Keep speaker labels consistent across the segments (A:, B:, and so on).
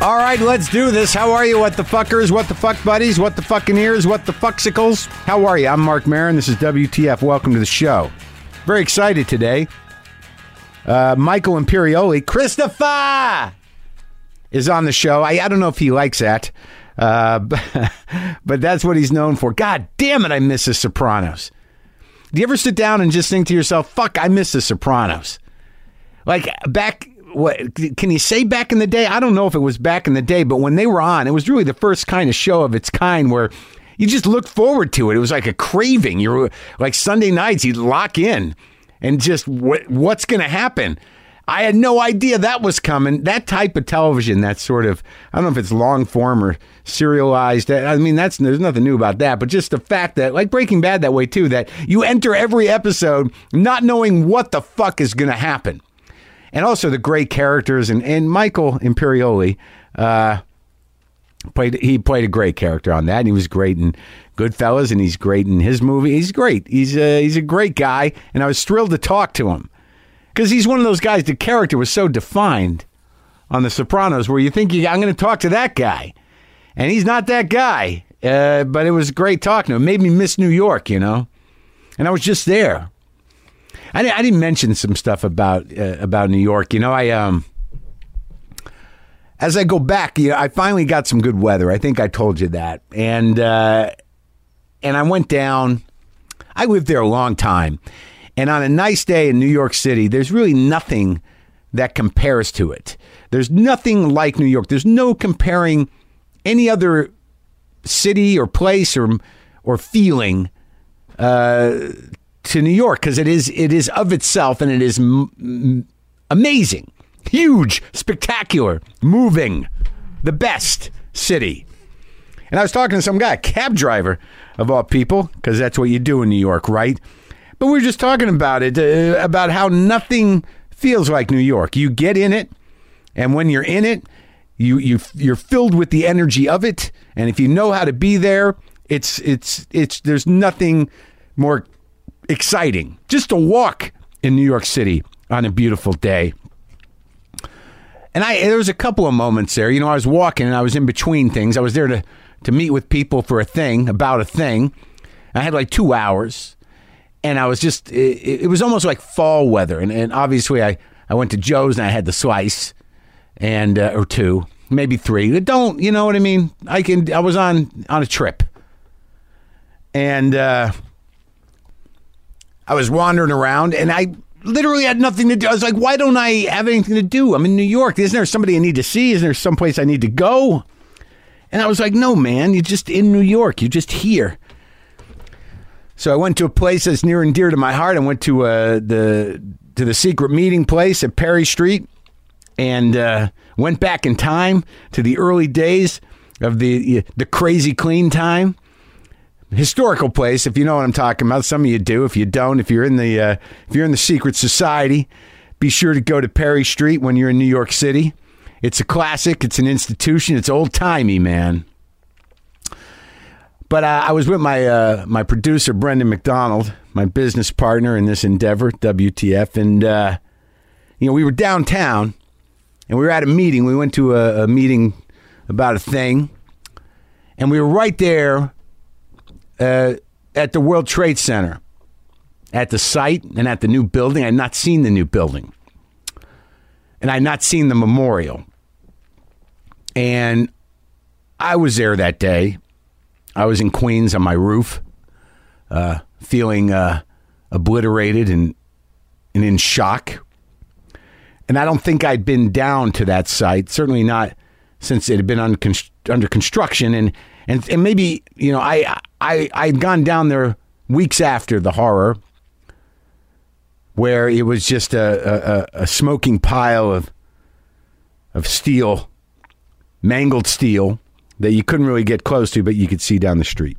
A: All right, let's do this. How are you, what the fuckers, what the fuck buddies, what the fucking ears, what the fucksicles? How are you? I'm Mark Marin. This is WTF. Welcome to the show. Very excited today. Uh, Michael Imperioli, Christopher, is on the show. I, I don't know if he likes that, uh, but, but that's what he's known for. God damn it, I miss The Sopranos. Do you ever sit down and just think to yourself, fuck, I miss The Sopranos? like back what can you say back in the day i don't know if it was back in the day but when they were on it was really the first kind of show of its kind where you just looked forward to it it was like a craving you were like sunday nights you'd lock in and just what, what's going to happen i had no idea that was coming that type of television that sort of i don't know if it's long form or serialized i mean that's there's nothing new about that but just the fact that like breaking bad that way too that you enter every episode not knowing what the fuck is going to happen and also the great characters and and Michael Imperioli uh, played he played a great character on that and he was great in Goodfellas and he's great in his movie he's great he's a, he's a great guy and I was thrilled to talk to him because he's one of those guys the character was so defined on The Sopranos where you think you, I'm going to talk to that guy and he's not that guy uh, but it was great talking to him made me miss New York you know and I was just there I, di- I didn't mention some stuff about uh, about New York. You know, I um, as I go back, you know, I finally got some good weather. I think I told you that, and uh, and I went down. I lived there a long time, and on a nice day in New York City, there's really nothing that compares to it. There's nothing like New York. There's no comparing any other city or place or or feeling to New York because it is it is of itself and it is m- m- amazing, huge, spectacular, moving, the best city. And I was talking to some guy, a cab driver of all people, because that's what you do in New York, right? But we were just talking about it, uh, about how nothing feels like New York. You get in it, and when you're in it, you you you're filled with the energy of it. And if you know how to be there, it's it's it's there's nothing more exciting just to walk in New York City on a beautiful day. And I there was a couple of moments there. You know, I was walking and I was in between things. I was there to to meet with people for a thing about a thing. I had like two hours, and I was just it, it was almost like fall weather. And, and obviously, I I went to Joe's and I had the slice and uh, or two, maybe three. Don't you know what I mean? I can. I was on on a trip, and. uh I was wandering around and I literally had nothing to do. I was like, why don't I have anything to do? I'm in New York. Isn't there somebody I need to see? Isn't there someplace I need to go? And I was like, no, man, you're just in New York. You're just here. So I went to a place that's near and dear to my heart. I went to uh, the to the secret meeting place at Perry Street and uh, went back in time to the early days of the the crazy clean time historical place. If you know what I'm talking about, some of you do. If you don't, if you're in the uh, if you're in the secret society, be sure to go to Perry Street when you're in New York City. It's a classic. It's an institution. It's old timey, man. But uh, I was with my uh, my producer Brendan McDonald, my business partner in this endeavor, WTF, and uh, you know we were downtown, and we were at a meeting. We went to a, a meeting about a thing, and we were right there uh, at the World Trade Center, at the site and at the new building. I had not seen the new building, and I had not seen the memorial. And I was there that day. I was in Queens on my roof, uh, feeling uh, obliterated and and in shock. And I don't think I'd been down to that site. Certainly not since it had been un- under construction and and and maybe you know I I I had gone down there weeks after the horror, where it was just a a, a smoking pile of of steel, mangled steel that you couldn't really get close to, but you could see down the street.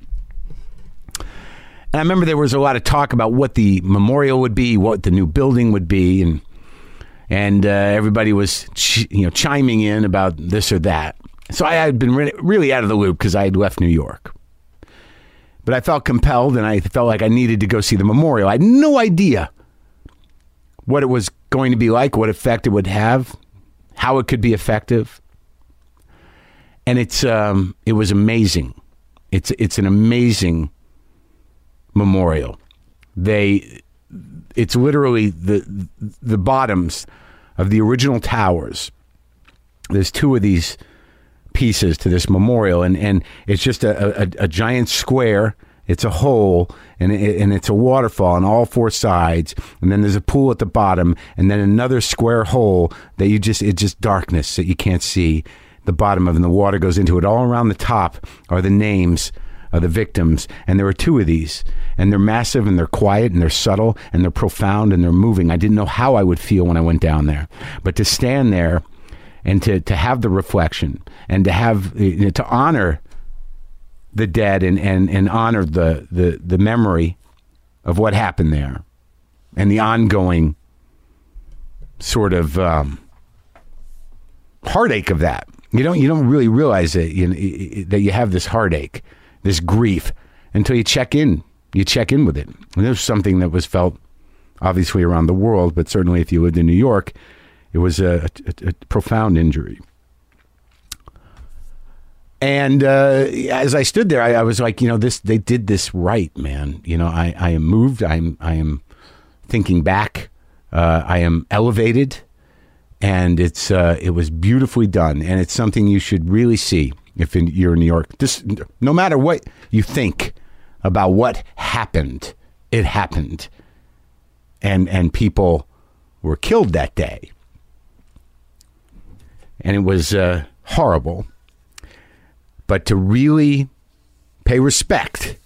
A: And I remember there was a lot of talk about what the memorial would be, what the new building would be, and and uh, everybody was ch- you know chiming in about this or that. So I had been re- really out of the loop because I had left New York. But I felt compelled and I felt like I needed to go see the memorial. I had no idea what it was going to be like, what effect it would have, how it could be effective. and it's um, it was amazing. It's it's an amazing memorial. They it's literally the the bottoms of the original towers. There's two of these pieces to this memorial, and and it's just a a, a giant square. It's a hole, and it, and it's a waterfall on all four sides, and then there's a pool at the bottom, and then another square hole that you just it's just darkness that you can't see the bottom of, and the water goes into it. All around the top are the names of the victims. And there were two of these. And they're massive and they're quiet and they're subtle and they're profound and they're moving. I didn't know how I would feel when I went down there. But to stand there and to, to have the reflection and to have uh, you know, to honor the dead and, and, and honor the, the, the memory of what happened there and the ongoing sort of um, heartache of that. You don't you don't really realize that you, that you have this heartache this grief until you check in. You check in with it. And there's something that was felt obviously around the world, but certainly if you lived in New York, it was a, a, a profound injury. And uh, as I stood there, I, I was like, you know, this they did this right, man. You know, I, I am moved. I'm I am thinking back. Uh, I am elevated, and it's uh, it was beautifully done, and it's something you should really see if in, you're in New York. This, no matter what you think about what happened, it happened, and and people were killed that day, and it was uh, horrible. But to really pay respect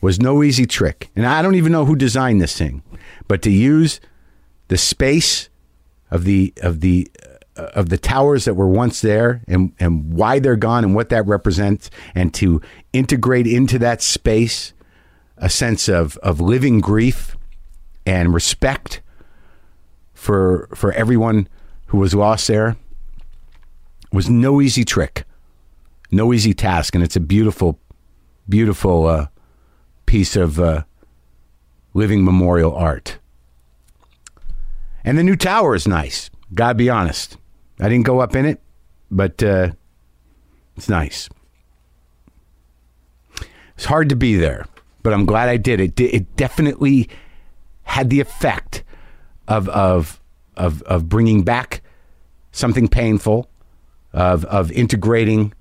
A: was no easy trick, and I don't even know who designed this thing, but to use the space of the of the uh, of the towers that were once there and, and why they're gone and what that represents, and to integrate into that space a sense of, of living grief and respect for for everyone who was lost there was no easy trick, no easy task, and it's a beautiful, beautiful uh, piece of uh, living memorial art. And the new tower is nice. Gotta be honest. I didn't go up in it, but uh, it's nice. It's hard to be there, but I'm glad I did. It di- it definitely had the effect of of of of bringing back something painful, of of integrating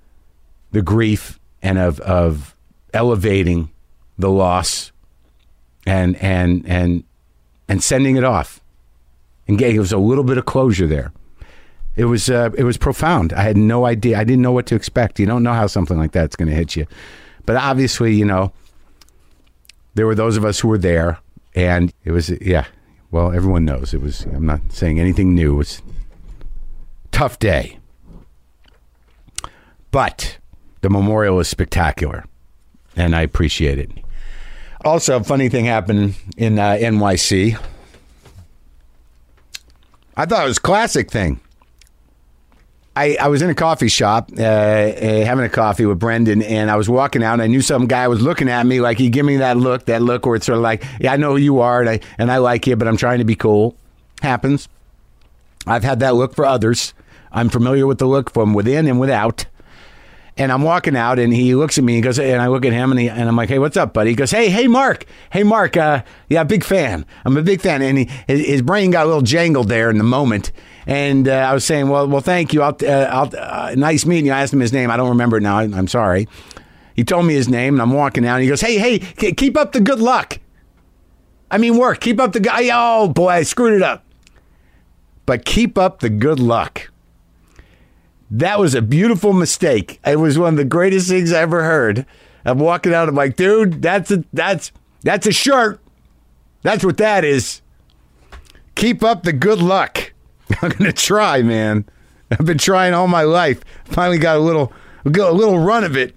A: the grief and of of elevating the loss and and and and sending it off and gave us a little bit of closure there. It was uh, it was profound. I had no idea. I didn't know what to expect. You don't know how something like that's going to hit you, but obviously, you know, there were those of us who were there, and it was yeah. Well, everyone knows it was. I'm not saying anything new. It was a tough day, but the memorial was spectacular, and I appreciate it. Also, a funny thing happened in uh, NYC. I thought it was a classic thing. I, I was in a coffee shop uh, uh, having a coffee with Brendan, and I was walking out, and I knew some guy was looking at me like he give me that look, that look where it's sort of like, yeah, I know who you are, and I and I like you, but I'm trying to be cool. Happens. I've had that look for others. I'm familiar with the look from within and without. And I'm walking out, and he looks at me. He goes, and I look at him, and, he, and I'm like, "Hey, what's up, buddy?" He goes, "Hey, hey, Mark, hey, Mark, uh, yeah, big fan. I'm a big fan." And he, his, his brain got a little jangled there in the moment, and uh, I was saying, "Well, well, thank you. I'll, uh, I'll, uh, nice meeting you." I asked him his name. I don't remember it now. I, I'm sorry. He told me his name, and I'm walking out. And he goes, "Hey, hey, k- keep up the good luck. I mean, work. Keep up the guy. Oh boy, I screwed it up. But keep up the good luck." That was a beautiful mistake. It was one of the greatest things I ever heard. I'm walking out. I'm like, dude, that's a that's that's a shirt. That's what that is. Keep up the good luck. I'm gonna try, man. I've been trying all my life. Finally got a little a little run of it.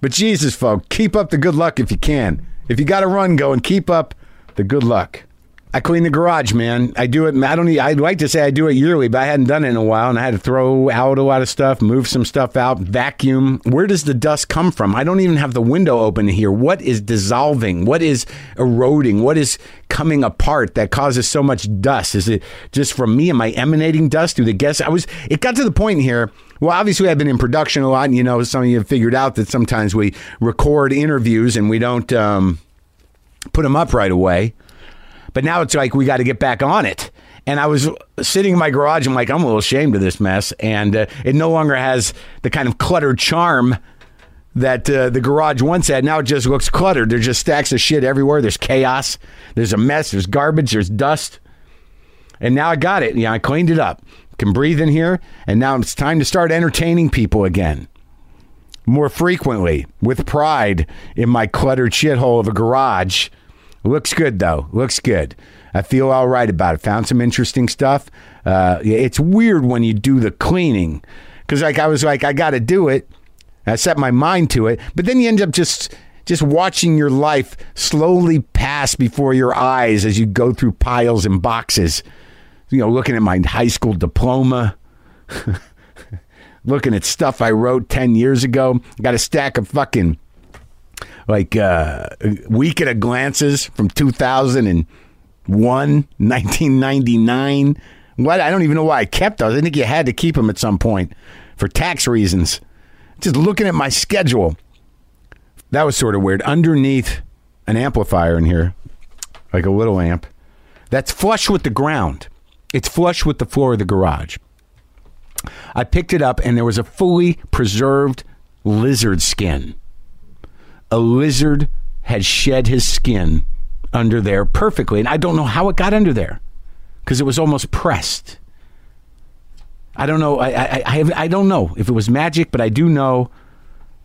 A: But Jesus, folk, keep up the good luck if you can. If you got a run going, keep up the good luck. I clean the garage, man. I do it. I don't. need- I'd like to say I do it yearly, but I hadn't done it in a while, and I had to throw out a lot of stuff, move some stuff out, vacuum. Where does the dust come from? I don't even have the window open here. What is dissolving? What is eroding? What is coming apart that causes so much dust? Is it just from me? Am I emanating dust through the guest? I was. It got to the point here well, obviously, I've been in production a lot, and you know, some of you have figured out that sometimes we record interviews and we don't um, put them up right away. But now it's like we got to get back on it. And I was sitting in my garage, I'm like, I'm a little ashamed of this mess, and uh, it no longer has the kind of cluttered charm that uh, the garage once had. Now it just looks cluttered. There's just stacks of shit everywhere. There's chaos. There's a mess. There's garbage. There's dust and now I got it. Yeah, I cleaned it up. Can breathe in here, and now it's time to start entertaining people again. More frequently, with pride in my cluttered shithole of a garage. Looks good though. Looks good. I feel all right about it. Found some interesting stuff. Uh, yeah, it's weird when you do the cleaning, because like I was like I got to do it. I set my mind to it, but then you end up just just watching your life slowly pass before your eyes as you go through piles and boxes you know, looking at my high school diploma, looking at stuff I wrote 10 years ago. Got a stack of fucking like uh, week at a glances from 2001, 1999. What? I don't even know why I kept those. I think you had to keep them at some point for tax reasons. Just looking at my schedule. That was sort of weird. Underneath an amplifier in here, like a little amp, that's flush with the ground. It's flush with the floor of the garage. I picked it up and there was a fully preserved lizard skin. A lizard had shed his skin under there perfectly. And I don't know how it got under there because it was almost pressed. I don't know. I, I, I, I don't know if it was magic, but I do know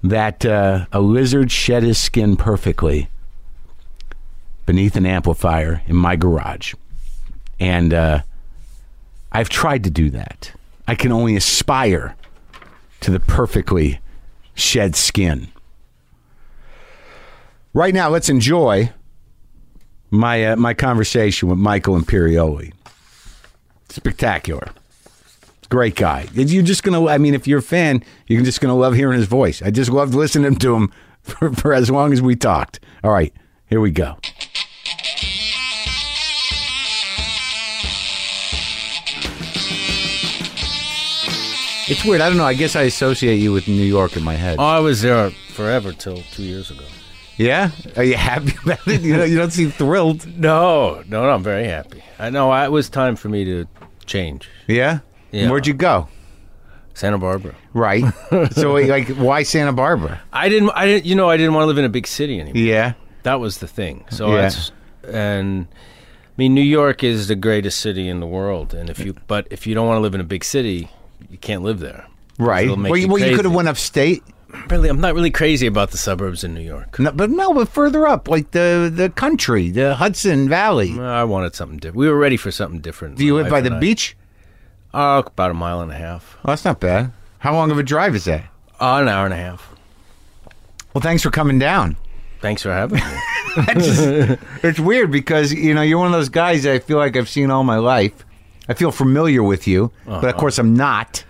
A: that uh, a lizard shed his skin perfectly beneath an amplifier in my garage. And uh, I've tried to do that. I can only aspire to the perfectly shed skin. Right now, let's enjoy my uh, my conversation with Michael Imperioli. Spectacular, great guy. You're just gonna. I mean, if you're a fan, you're just gonna love hearing his voice. I just loved listening to him for, for as long as we talked. All right, here we go. It's weird. I don't know. I guess I associate you with New York in my head.
B: Oh, I was there forever till two years ago.
A: Yeah? Are you happy about it? You know, you don't seem thrilled.
B: No, no, no I'm very happy. I know I- it was time for me to change.
A: Yeah?
B: Yeah.
A: Where'd you go?
B: Santa Barbara.
A: Right. so like why Santa Barbara?
B: I didn't. I didn't. You know, I didn't want to live in a big city anymore.
A: Yeah.
B: That was the thing. So
A: Yeah.
B: that's and. I mean, New York is the greatest city in the world, and if you but if you don't want to live in a big city, you can't live there. 'Cause
A: Right.
B: it'll make
A: Well, you, well, you could have
B: crazy.
A: went upstate.
B: Really, I'm not really crazy about the suburbs in New York.
A: No, but no, but further up, like the the country, the Hudson Valley.
B: I wanted something different. We were ready for something different.
A: Do you live by the beach?
B: Oh, about a mile and a half,
A: Well, that's not bad. How long of a drive is that?
B: oh, an hour and a half.
A: Well, thanks for coming down.
B: Thanks for having me.
A: I just- it's weird because you know you're one of those guys that I feel like I've seen all my life. I feel familiar with you,
B: Uh-huh.
A: but of course I'm not.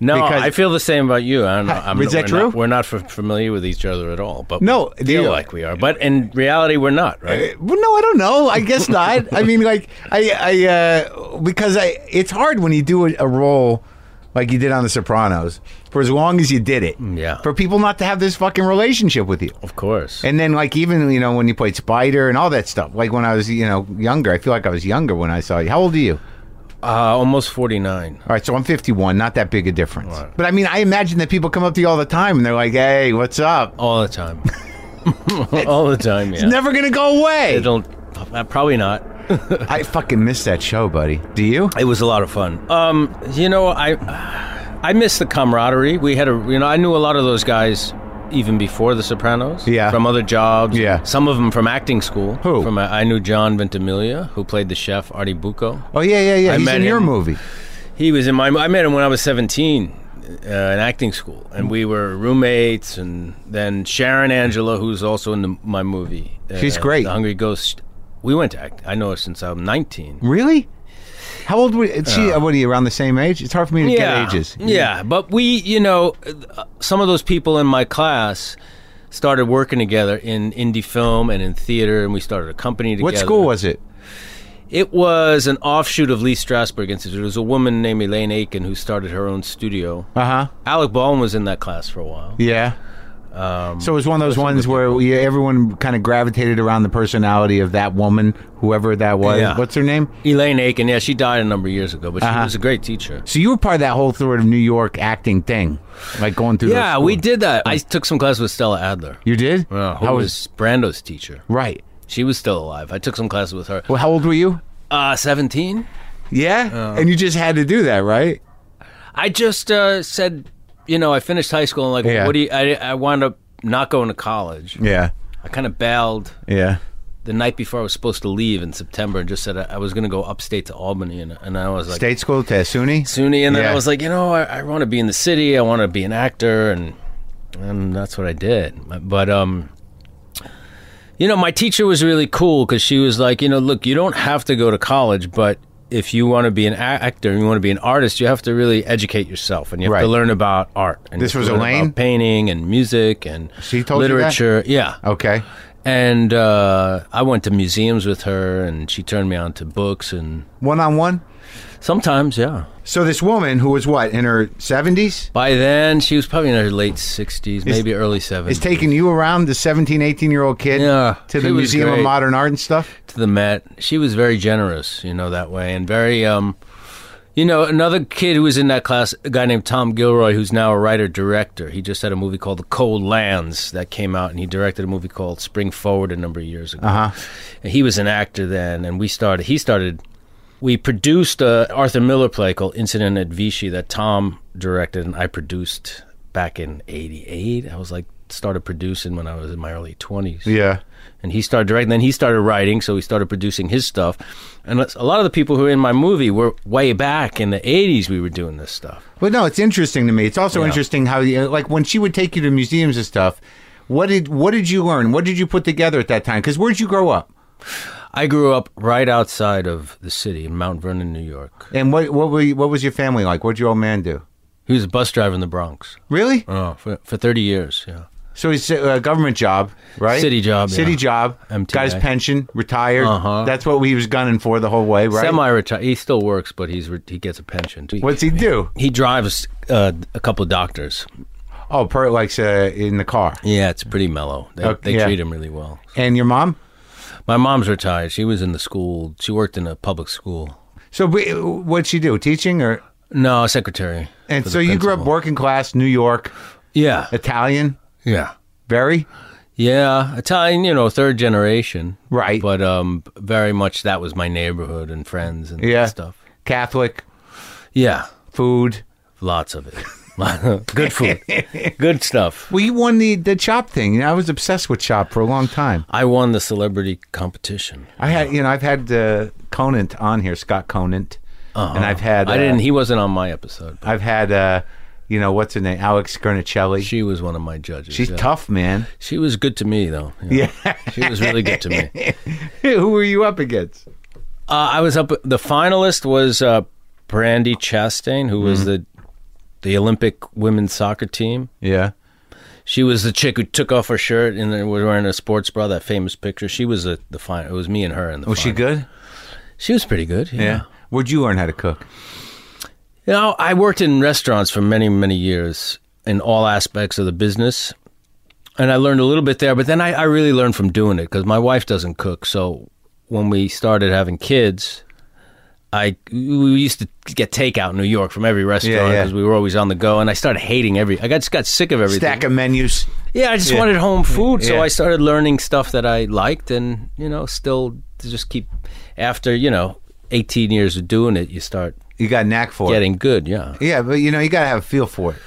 B: No,
A: Because-
B: I feel the same about you. I don't know. I'm,
A: Is that
B: we're
A: true?
B: Not, we're not f- familiar with each other at all, but
A: No, Eh.
B: we feel
A: the-
B: like we are. But in reality, we're not, right?
A: Well, no, I don't know. I guess not. I mean, like I, I uh, because I, it's hard when you do a, a role like you did on The Sopranos for as long as you did it.
B: yeah.
A: For people not to have this fucking relationship with you,
B: Of course.
A: and then like even you know when you played Spider and all that stuff. Like when I was you know younger, I feel like I was younger when I saw you. How old are you?
B: uh, almost forty nine.
A: All right, so I'm 51. Not that big a difference. But I mean, I imagine that people come up to you all the time and they're like, "Hey, what's up?"
B: All the time. all the time. Yeah.
A: Never gonna go away.
B: It'll uh, probably not.
A: I fucking miss that show, buddy. Do you?
B: It was a lot of fun. Um, you know, I I miss the camaraderie. We had a you know, I knew a lot of those guys even before The Sopranos.
A: Yeah.
B: From other jobs.
A: Yeah.
B: Some of them from acting school.
A: Who?
B: From uh, I knew John Ventimiglia, who played the chef Artie Bucco.
A: Oh yeah, yeah, yeah.
B: I
A: He's
B: met
A: in your
B: him.
A: movie.
B: He was in my. I met him when I was seventeen uh, in acting school, and we were roommates. And then Sharon Angela, who's also in the, my movie, uh,
A: She's great.
B: The Hungry Ghost we went to act. I know it since I'm 19.
A: Really? How old were is she? what are you around the same age? It's hard for me to get ages.
B: Yeah, but we, you know, uh, some of those people in my class started working together in indie film and in theater, and we started a company together.
A: What school was it?
B: it? was an offshoot of Lee Strasberg Institute. It was a woman named Elaine Aiken who started her own studio.
A: Uh huh.
B: Alec Baldwin was in that class for a while.
A: Yeah. Um, so it was one of those ones where we, everyone kind of gravitated around the personality of that woman, whoever that was.
B: Yeah.
A: What's her name?
B: Elaine Aiken, yeah, she died a number of years ago, but Uh-huh. she was a great teacher.
A: So you were part of that whole sort of New York acting thing, like going through. those
B: Yeah, we
A: schools.
B: did that. I took some classes with Stella Adler.
A: You did?
B: Uh, who
A: How
B: was,
A: was
B: Brando's teacher?
A: right?
B: She was still alive. I took some classes with her.
A: Well, how old were you?
B: Uh, 17? Uh,
A: Yeah, and you just had to do that, right?
B: I just uh, said, you know, I finished high school and like,
A: Yeah.
B: what do you? I, I wound up not going to college.
A: Yeah,
B: I kind of bailed
A: yeah.
B: the night before I was supposed to leave in September and just said I, I was going to go upstate to Albany and, and I was like
A: State school to SUNY.
B: SUNY and then
A: Yeah.
B: I was like, you know, I, I want to be in the city. I want to be an actor and and that's what I did. But um. You know, my teacher was really cool because she was like, you know, look, you don't have to go to college, but if you want to be an a- actor and you want to be an artist, you have to really educate yourself and you have
A: Right.
B: to learn about art. And you
A: This
B: have
A: was
B: to learn
A: Elaine?
B: about painting and music and
A: She told you that? Oh.
B: literature. Yeah,
A: Okay.
B: and uh, I went to museums with her, and she turned me on to books, and
A: One on one.
B: sometimes, yeah.
A: So this woman who was what in her seventies
B: By then, she was probably in her late 60s, maybe early 70s.
A: is taking you around the 17, 18 year old kid
B: Yeah,
A: to
B: she
A: the
B: was
A: Museum of
B: great.
A: Modern Art and stuff.
B: to the Met. She was very generous, you know, that way, and very, um, you know, another kid who was in that class, a guy named Tom Gilroy, who's now a writer director. He just had a movie called The Cold Lands that came out, and he directed a movie called Spring Forward a number of years ago.
A: Uh-huh.
B: And he was an actor then, and we started. He started. We produced a Arthur Miller play called Incident at Vichy that Tom directed and I produced back in '88. I was like started producing when I was in my early 20s
A: Yeah.
B: and he started directing. Then he started writing, so he started producing his stuff. And a lot of the people who were in my movie were way back in the '80s. We were doing this stuff.
A: Well, no, it's interesting to me. It's also
B: Yeah.
A: interesting how, you, like, when she would take you to museums and stuff, what did what did you learn? What did you put together at that time? Because where'd you grow up,
B: I grew up right outside of the city in Mount Vernon, New York.
A: and what what were you, what was your family like? What would your old man do?
B: He was a bus driver in the Bronx.
A: Really?
B: Oh, for, for 30 years. Yeah,
A: So he's a uh, government job, right?
B: City job,
A: City
B: yeah.
A: job. Got his
B: MTA.
A: pension, retired.
B: Uh-huh.
A: That's what he was gunning for the whole way, right?
B: semi-retired. He still works, but he's re- he gets a pension. He,
A: What's he do?
B: he drives uh, a couple of doctors.
A: Oh, per like uh, in the car.
B: Yeah, it's pretty mellow. They,
A: Okay,
B: they
A: yeah.
B: treat him really well.
A: And your mom?
B: My mom's retired. She was in the school. She worked in a public school.
A: So we- what'd she do? Teaching or?
B: No, secretary.
A: And
B: for the
A: so you grew up
B: principal.
A: working class, New York,
B: Yeah.
A: Italian,
B: Yeah.
A: very
B: Yeah, Italian, you know, third generation.
A: Right.
B: But um very much that was my neighborhood and friends and
A: Yeah.
B: stuff.
A: Catholic,
B: Yeah.
A: food.
B: Lots of it. Good food. Good stuff.
A: Well, you won the the chop thing. You know, I was obsessed with chop for a long time.
B: I won the celebrity competition.
A: I had, you know, I've had uh, Conant on here, Scott Conant, and I've had. Uh,
B: Uh-huh. I didn't he wasn't on my episode.
A: I've had, uh, you know, what's her name, Alex Gernicelli.
B: She was one of my judges.
A: She's
B: yeah.
A: tough, man.
B: She was good to me though.
A: Yeah.
B: She was really good to me.
A: Who were you up against?
B: Uh, I was up. The finalist was uh, Brandy Chastain, who was
A: Mm-hmm.
B: the the Olympic women's soccer team.
A: Yeah.
B: She was the chick who took off her shirt and then was wearing a sports bra. That famous picture. She was the the final. It was me and her in the.
A: Was she
B: final.
A: good?
B: She was pretty good. Yeah.
A: Where'd you learn how to cook?
B: You know, I worked in restaurants for many many years in all aspects of the business, and I learned a little bit there. But then I, I really learned from doing it because my wife doesn't cook. So when we started having kids. I we used to get takeout in New York from every restaurant
A: yeah.
B: because we were always on the go, and I started hating every. I got just got sick of everything.
A: Stack of menus.
B: Yeah, I just wanted home food, so
A: Yeah.
B: I started learning stuff that I liked, and you know, still to just keep after you know, eighteen years of doing it, you start
A: You got a knack for
B: getting good. Yeah,
A: it. Yeah, but you know, you got to have a feel for it.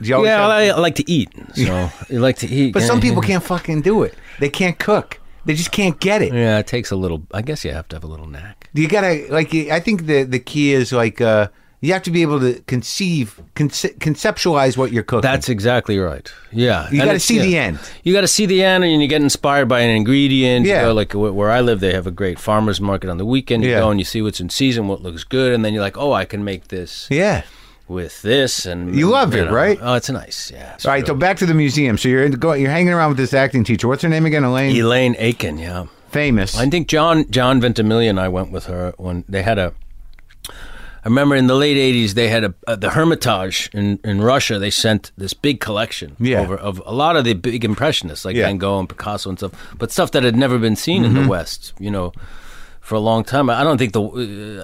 A: You always
B: yeah,
A: have-
B: I, I like to eat, so you like to eat.
A: but some
B: yeah.
A: people can't fucking do it. They can't cook. They just can't get it.
B: yeah, it takes a little. I guess you have to have a little knack.
A: You gotta like. I think the the key is like uh, You have to be able to conceive, conce- conceptualize what you're cooking.
B: That's exactly right. Yeah,
A: You
B: And
A: gotta
B: it's-
A: see the
B: yeah.
A: end.
B: You got to see the end, and you get inspired by an ingredient. You
A: Yeah.
B: go, like wh- where I live, they have a great farmers market on the weekend. You
A: Yeah.
B: go and you see what's in season, what looks good, and then you're like, oh, I can make this
A: yeah.
B: with this, and
A: You love it, right?
B: Oh, it's nice. Yeah. it's
A: All right. So
B: real-
A: back to the museum. So you're in, go, you're hanging around with this acting teacher. What's her name again? Elaine.
B: Elaine Aiken. Yeah.
A: Famous.
B: I think John John Ventimiglia and I went with her when they had a. I remember in the late '80s they had a uh, the Hermitage in, in Russia. They sent this big collection
A: Yeah.
B: over of a lot of the big impressionists like
A: Yeah. Mm-hmm.
B: Van Gogh and Picasso and stuff, but stuff that had never been seen in the West. You know, for a long time. I don't think the uh,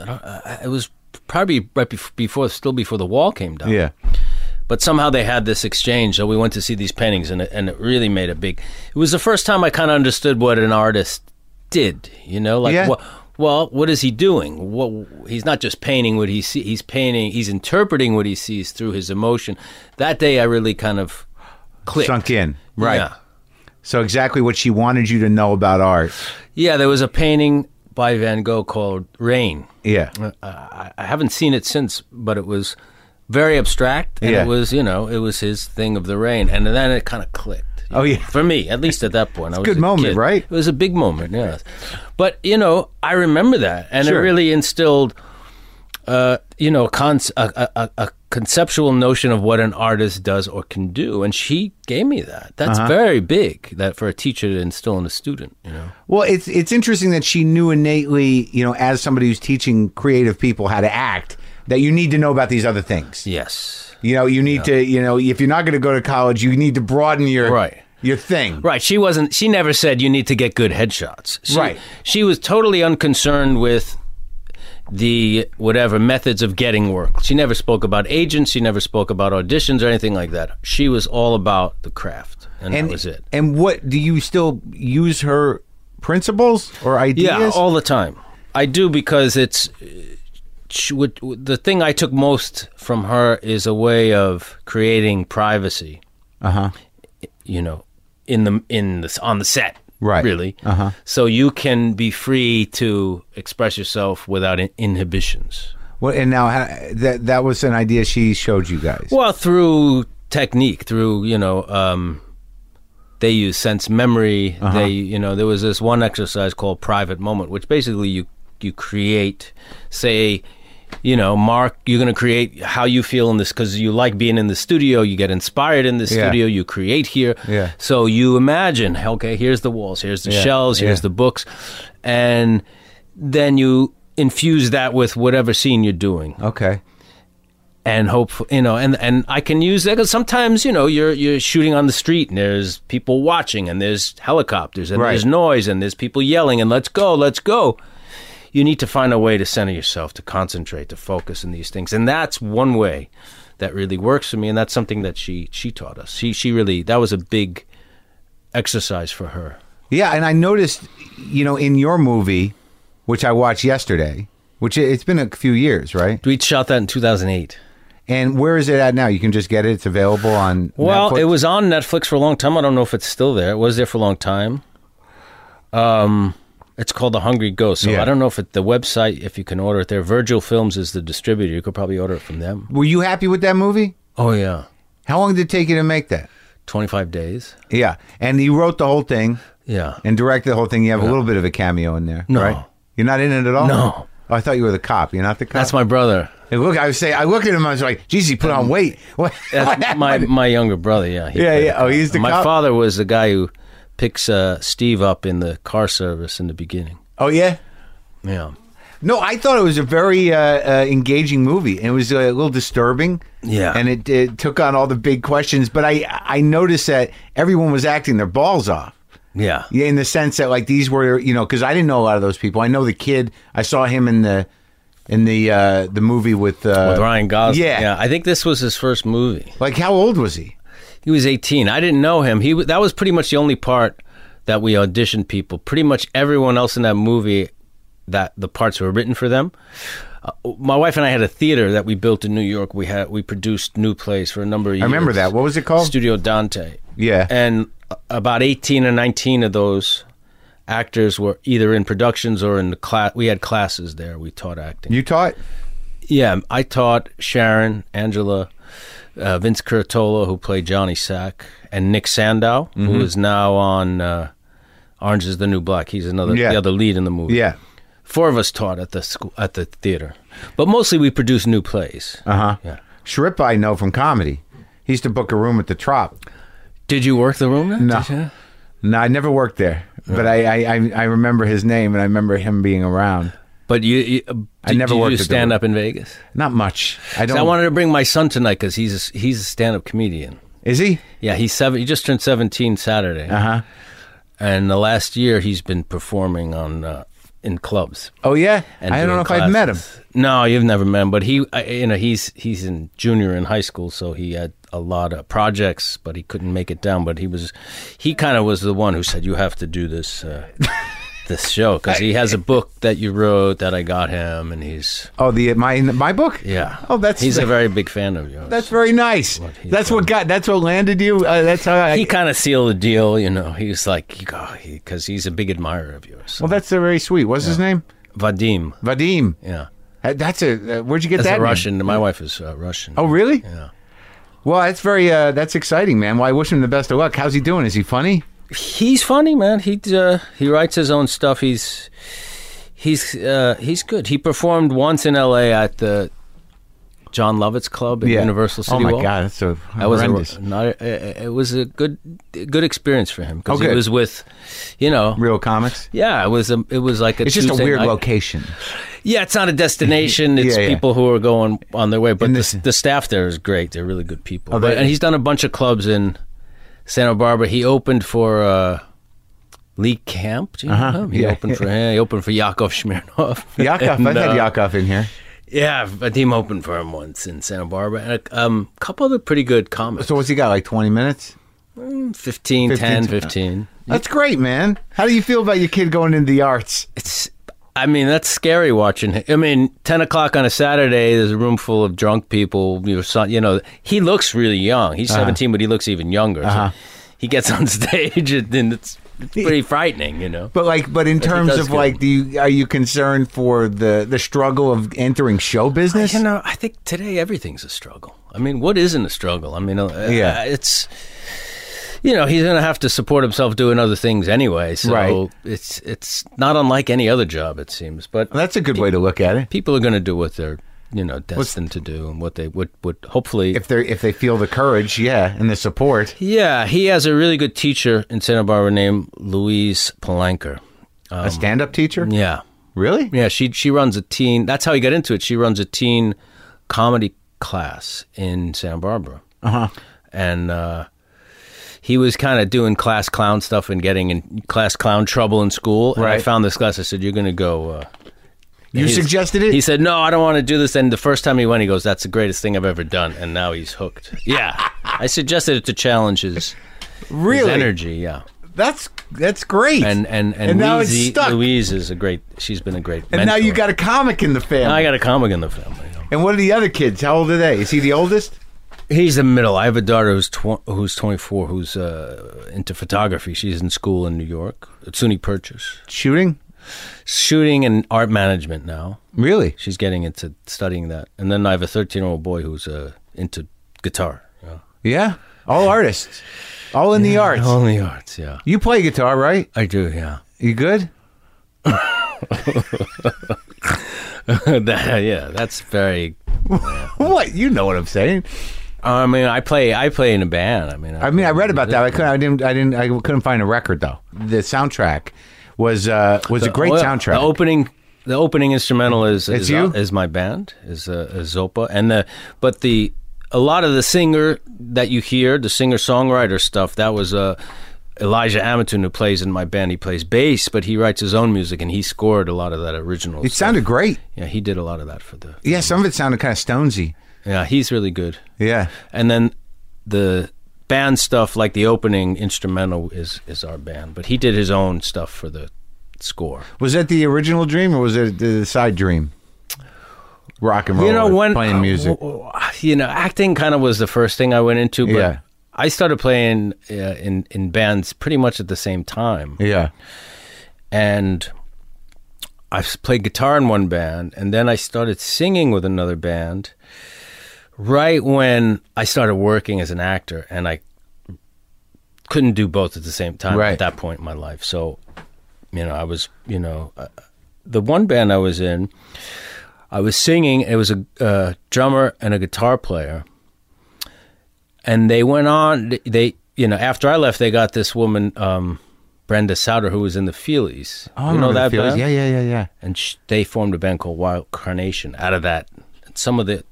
B: I don't, uh, it was probably right bef- before, still before the wall came down
A: yeah.
B: but somehow they had this exchange. So we went to see these paintings, and it, and it really made a big. It was the first time I kind of understood what an artist did. You know, like
A: Yeah.
B: wha- well, what is he doing? What he's not just painting what he see. He's painting. He's interpreting what he sees through his emotion. That day, I really kind of clicked.
A: Sunk in. Right.
B: Yeah.
A: So exactly what she wanted you to know about art.
B: Yeah, there was a painting by Van Gogh called Rain.
A: Yeah.
B: Uh, I, I haven't seen it since, but it was very abstract, and
A: Yeah.
B: it was you know it was his thing of the rain, and then it kind of clicked.
A: Oh, yeah.
B: for me at least at that point, I was
A: good
B: a
A: moment,
B: kid.
A: right?
B: It was a big moment, yeah. But you know, I remember that, and
A: Sure.
B: it really instilled, uh, you know, cons- a, a, a- a conceptual notion of what an artist does or can do, and she gave me that. That's
A: Uh-huh.
B: very big. That for a teacher to instill in a student, you know.
A: Well, it's it's interesting that she knew innately, you know, as somebody who's teaching creative people how to act, that you need to know about these other things.
B: Yes.
A: You know, you need to, you know, if you're not going to go to college, you need to broaden your
B: Right.
A: your thing.
B: Right. She wasn't. She never said you need to get good headshots. She,
A: Right.
B: She was totally unconcerned with the whatever methods of getting work. She never spoke about agents. She never spoke about auditions or anything like that. She was all about the craft, and,
A: And
B: that was it.
A: And what do you still use her principles or ideas?
B: Yeah, oh. all the time. I do because it's uh, she would, the thing I took most from her is a way of creating privacy.
A: Uh-huh.
B: you know in the in the on the set
A: Right.
B: really uh-huh. so you can be free to express yourself without in- inhibitions
A: Well, and now how, that that was an idea she showed you guys.
B: well through technique through you know um they use sense memory
A: Uh-huh.
B: they you know there was this one exercise called private moment which basically you you create say you know mark you're going to create how you feel in this because you like being in the studio you get inspired in the
A: Yeah.
B: studio you create here
A: Yeah.
B: so you imagine okay here's the walls here's the
A: Yeah,
B: shelves here's
A: yeah.
B: the books and then you infuse that with whatever scene you're doing
A: okay.
B: and hope you know and and I can use that because sometimes you know you're you're shooting on the street and there's people watching and there's helicopters and
A: Right.
B: there's noise and there's people yelling and let's go let's go you need to find a way to center yourself to concentrate to focus in these things and that's one way that really works for me and that's something that she she taught us she she really that was a big exercise for her
A: Yeah, and I noticed, you know, in your movie, which I watched yesterday, which it- it's been a few years, right?
B: we shot that in 2008
A: And where is it at now? You can just get it. It's available on.
B: Well,
A: Netflix?
B: it was on Netflix for a long time. I don't know if it's still there. It was there for a long time. Um, it's called The Hungry Ghost. So
A: Yeah.
B: I don't know if it, the website, if you can order it there. Virgil Films is the distributor. You could probably order it from them.
A: Were you happy with that movie?
B: Oh yeah,
A: How long did it take you to make that?
B: twenty five days.
A: Yeah, and you wrote the whole thing
B: Yeah.
A: and directed the whole thing. You have a little bit of a cameo in there,
B: No.
A: right? You're not in it at all.
B: No.
A: Oh, I thought you were the cop. You're not the cop.
B: That's my brother.
A: Hey, look, I was saying, I looked at him. I was like, "Geez, he put on weight." What?
B: That's my my younger brother. Yeah. he
A: Yeah,
B: played
A: yeah.
B: the
A: Oh, he's the
B: My
A: cop?
B: father was the guy who picks uh, Steve up in the car service in the beginning.
A: oh yeah.
B: Yeah.
A: No, I thought it was a very uh, uh, engaging movie. and It was uh, a little disturbing.
B: Yeah.
A: and it, it took on all the big questions. But I I noticed that everyone was acting their balls off.
B: Yeah.
A: Yeah, in the sense that like these were you know because I didn't know a lot of those people. I know the kid. I saw him in the in the uh, the movie with uh,
B: With Ryan Gosling.
A: Yeah.
B: yeah. I think this was his first movie.
A: Like how old was he?
B: He was 18. I didn't know him. He wa- that was pretty much the only part that we auditioned people. Pretty much everyone else in that movie that the parts were written for them. Uh, my wife and I had a theater that we built in New York. We had we produced new plays for a number of years.
A: remember that. What was it called?
B: Studio Dante.
A: Yeah.
B: And uh, about 18 or 19 of those actors were either in productions or in the class. We had classes there. We taught acting.
A: You taught?
B: yeah, I taught Sharon, Angela, uh, Vince Curatola, who played Johnny Sack, and Nick Sandow,
A: Mm-hmm.
B: who is now on uh, Orange Is the New Black. He's another
A: Yeah.
B: the other lead in the movie.
A: Yeah.
B: four of us taught at the school at the theater, but mostly we produced new plays.
A: Uh huh.
B: Yeah.
A: Sharippa, I know from comedy. He used to book a room at the Trop.
B: Did you work the room? then?
A: No.
B: Did you?
A: No, I never worked there, but I, I, I, I remember his name and I remember him being around.
B: But you, you did,
A: I never
B: did
A: worked
B: you
A: at the
B: stand
A: room.
B: up in Vegas.
A: Not much. I
B: So
A: don't.
B: I wanted to bring my son tonight because he's a, he's a stand up comedian.
A: is he?
B: Yeah, he's seven. He just turned seventeen Saturday,
A: Uh huh.
B: and the last year he's been performing on uh, in clubs.
A: Oh yeah.
B: and
A: I don't
B: doing
A: know if I've met him.
B: classes. No, you've never met him, but he, I, you know, he's he's in junior in high school, so he had a lot of projects, but he couldn't make it down. But he was, he kind of was the one who said, "You have to do this." Uh, This show because he has a book that you wrote that I got him, and he's
A: Oh, the my my book.
B: yeah.
A: Oh, that's
B: he's a very big fan of yours.
A: that's very nice.
B: he
A: that's what got. That's what landed you. Uh, that's how. I,
B: he kind of sealed the deal, you know. He was like, because he's a big admirer of yours.
A: well, that's uh, very sweet. What's his name?
B: Vadim,
A: Vadim.
B: yeah,
A: Uh, That's a. Uh, where'd you get
B: that's
A: that?
B: a
A: name?
B: Russian. My wife is uh, Russian.
A: Oh, really?
B: Yeah.
A: Well, that's very. Uh, that's exciting, man. Well, I wish him the best of luck. How's he doing? Is he funny?
B: he's funny, man. He uh, he writes his own stuff. He's he's uh, he's good. He performed once in L.A. at the John Lovitz Club at Universal City
A: Oh my
B: Wall.
A: god, that's so
B: That was
A: horrendous.
B: a, not a, it was a good good experience for him
A: Oh,
B: because
A: good.
B: it was with you know
A: Real comics.
B: yeah it was a it was like a
A: It's just a
B: Tuesday
A: weird
B: night.
A: location.
B: yeah it's not a destination it's
A: yeah.
B: people who are going on their way but
A: And
B: the,
A: this-
B: the staff there is great they're really good people
A: Oh, they-
B: But- and he's done a bunch of clubs in Santa Barbara he opened for uh, Lee Camp do you know him? he
A: Uh-huh. yeah.
B: opened for him he opened for Yakov Smirnov
A: Yakov,
B: And,
A: I've had
B: uh,
A: Yakov in here.
B: yeah Vadim opened for him once in Santa Barbara and a um, couple other pretty good comics
A: So what's he got? Like twenty minutes.
B: 15, 10 15
A: 15. That's great, man. How do you feel about your kid going into the arts?
B: it's I mean that's scary watching. him. I mean, ten o'clock on a Saturday, there's a room full of drunk people. Your son, you know, he looks really young. He's seventeen, but he looks even younger. So he gets on stage, and then it's it's pretty frightening, you know.
A: But like, but in terms
B: does
A: of
B: good.
A: like, do you are you concerned for the the struggle of entering show business?
B: You know, I think today everything's a struggle. I mean, what isn't a struggle? I mean, uh,
A: Yeah.
B: yeah, it's you know he's going to have to support himself doing other things anyway. So
A: Right.
B: it's it's not unlike any other job, it seems. But
A: That's a good way to look at it.
B: people are going to do what they're you know destined to do and what they would would hopefully
A: If they are if they feel the courage, yeah, and the support.
B: yeah he has a really good teacher in santa barbara named louise palanker
A: a stand up teacher,
B: Um, yeah
A: really?
B: yeah she she runs a teen that's how he got into it she runs a teen comedy class in santa barbara
A: Uh-huh.
B: and uh he was kind of doing class clown stuff and getting in class clown trouble in school. And I
A: Right.
B: found this class. I said, "You're going to go." Uh,
A: You
B: He's-
A: suggested it.
B: He said, "No, I don't want to do this." And the first time he went, he goes, "That's the greatest thing I've ever done." And now he's hooked. Yeah, I suggested it to challenge his, his
A: really?
B: energy. Yeah,
A: That's that's great.
B: and and and,
A: And now it's
B: Louise-
A: stuck.
B: Louise is a great. She's been a great.
A: And now
B: mentor.
A: you got a comic in the
B: Now I
A: family.
B: got a comic in the family. you know.
A: and what are the other kids? How old are they? Is he the oldest?
B: He's the middle. I have a daughter who's tw- who's twenty four, who's uh, into photography. She's in school in New York at SUNY Purchase,
A: Shooting?
B: shooting and art management now.
A: Really?
B: She's getting into studying that. And then I have a thirteen year old boy who's uh, into guitar. Yeah.
A: Yeah. All artists. All in the arts.
B: Only arts, yeah.
A: You play guitar, right?
B: I do, yeah.
A: You good?
B: that, yeah, that's very.
A: What? You know what I'm saying?
B: I mean, I play. I play in a band. I mean,
A: I mean, I read about that. I couldn't. I didn't. I didn't. I couldn't find a record though. The soundtrack was uh was a great
B: Well,
A: soundtrack.
B: The opening, the opening instrumental is
A: It's
B: is, uh,
A: you?
B: is my band is, uh, is Zopa, and the but the a lot of the singer that you hear, the singer songwriter stuff, that was uh, Elijah Amatun who plays in my band. He plays bass, but he writes his own music, and he scored a lot of that original.
A: it
B: stuff.
A: sounded great.
B: Yeah, he did a lot of that for the.
A: Yeah, some of it sounded kind of stonesy.
B: Yeah, he's really good.
A: Yeah.
B: and then the band stuff like the opening instrumental is is our band but he did his own stuff for the score
A: Was that the original dream or was it the side dream? Rock and roll.
B: you know
A: or
B: when
A: Oh,
B: uh,
A: playing music.
B: you know acting kind of was the first thing i went into but
A: Yeah.
B: i started playing uh, in in bands pretty much at the same time
A: yeah.
B: and I played guitar in one band, and then I started singing with another band. Right when I started working as an actor, and I couldn't do both at the same time
A: Right.
B: at that point in my life. So, you know, I was, you know, uh, the one band I was in, I was singing. It was a uh, drummer and a guitar player, and they went on. They, you know, after I left, they got this woman, um, Brenda Souter, who was in the Feelies.
A: Oh, I
B: you know
A: remember the
B: that
A: Feelies.
B: band?
A: Yeah, yeah, yeah, yeah.
B: and sh- they formed a band called Wild Carnation. Out of that, some of the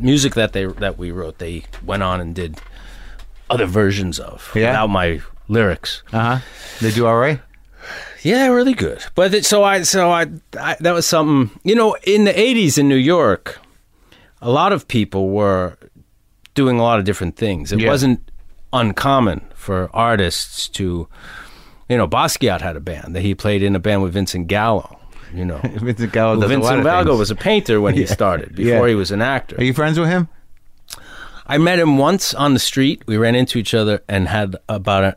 B: music that they that we wrote, they went on and did other versions of
A: Yeah.
B: without my lyrics.
A: Uh huh. They do all right.
B: Yeah, really good. But it, so I so I, I that was something you know in the '80s in New York, a lot of people were doing a lot of different things. It
A: Yeah.
B: wasn't uncommon for artists to, you know, Basquiat had a band that he played in a band with Vincent Gallo. You know,
A: Vincent Gallo
B: Well,
A: does a
B: Vincent
A: lot of
B: Gallo
A: things.
B: was a painter when he started before he was an actor.
A: Are you friends with him?
B: I met him once on the street. We ran into each other and had about a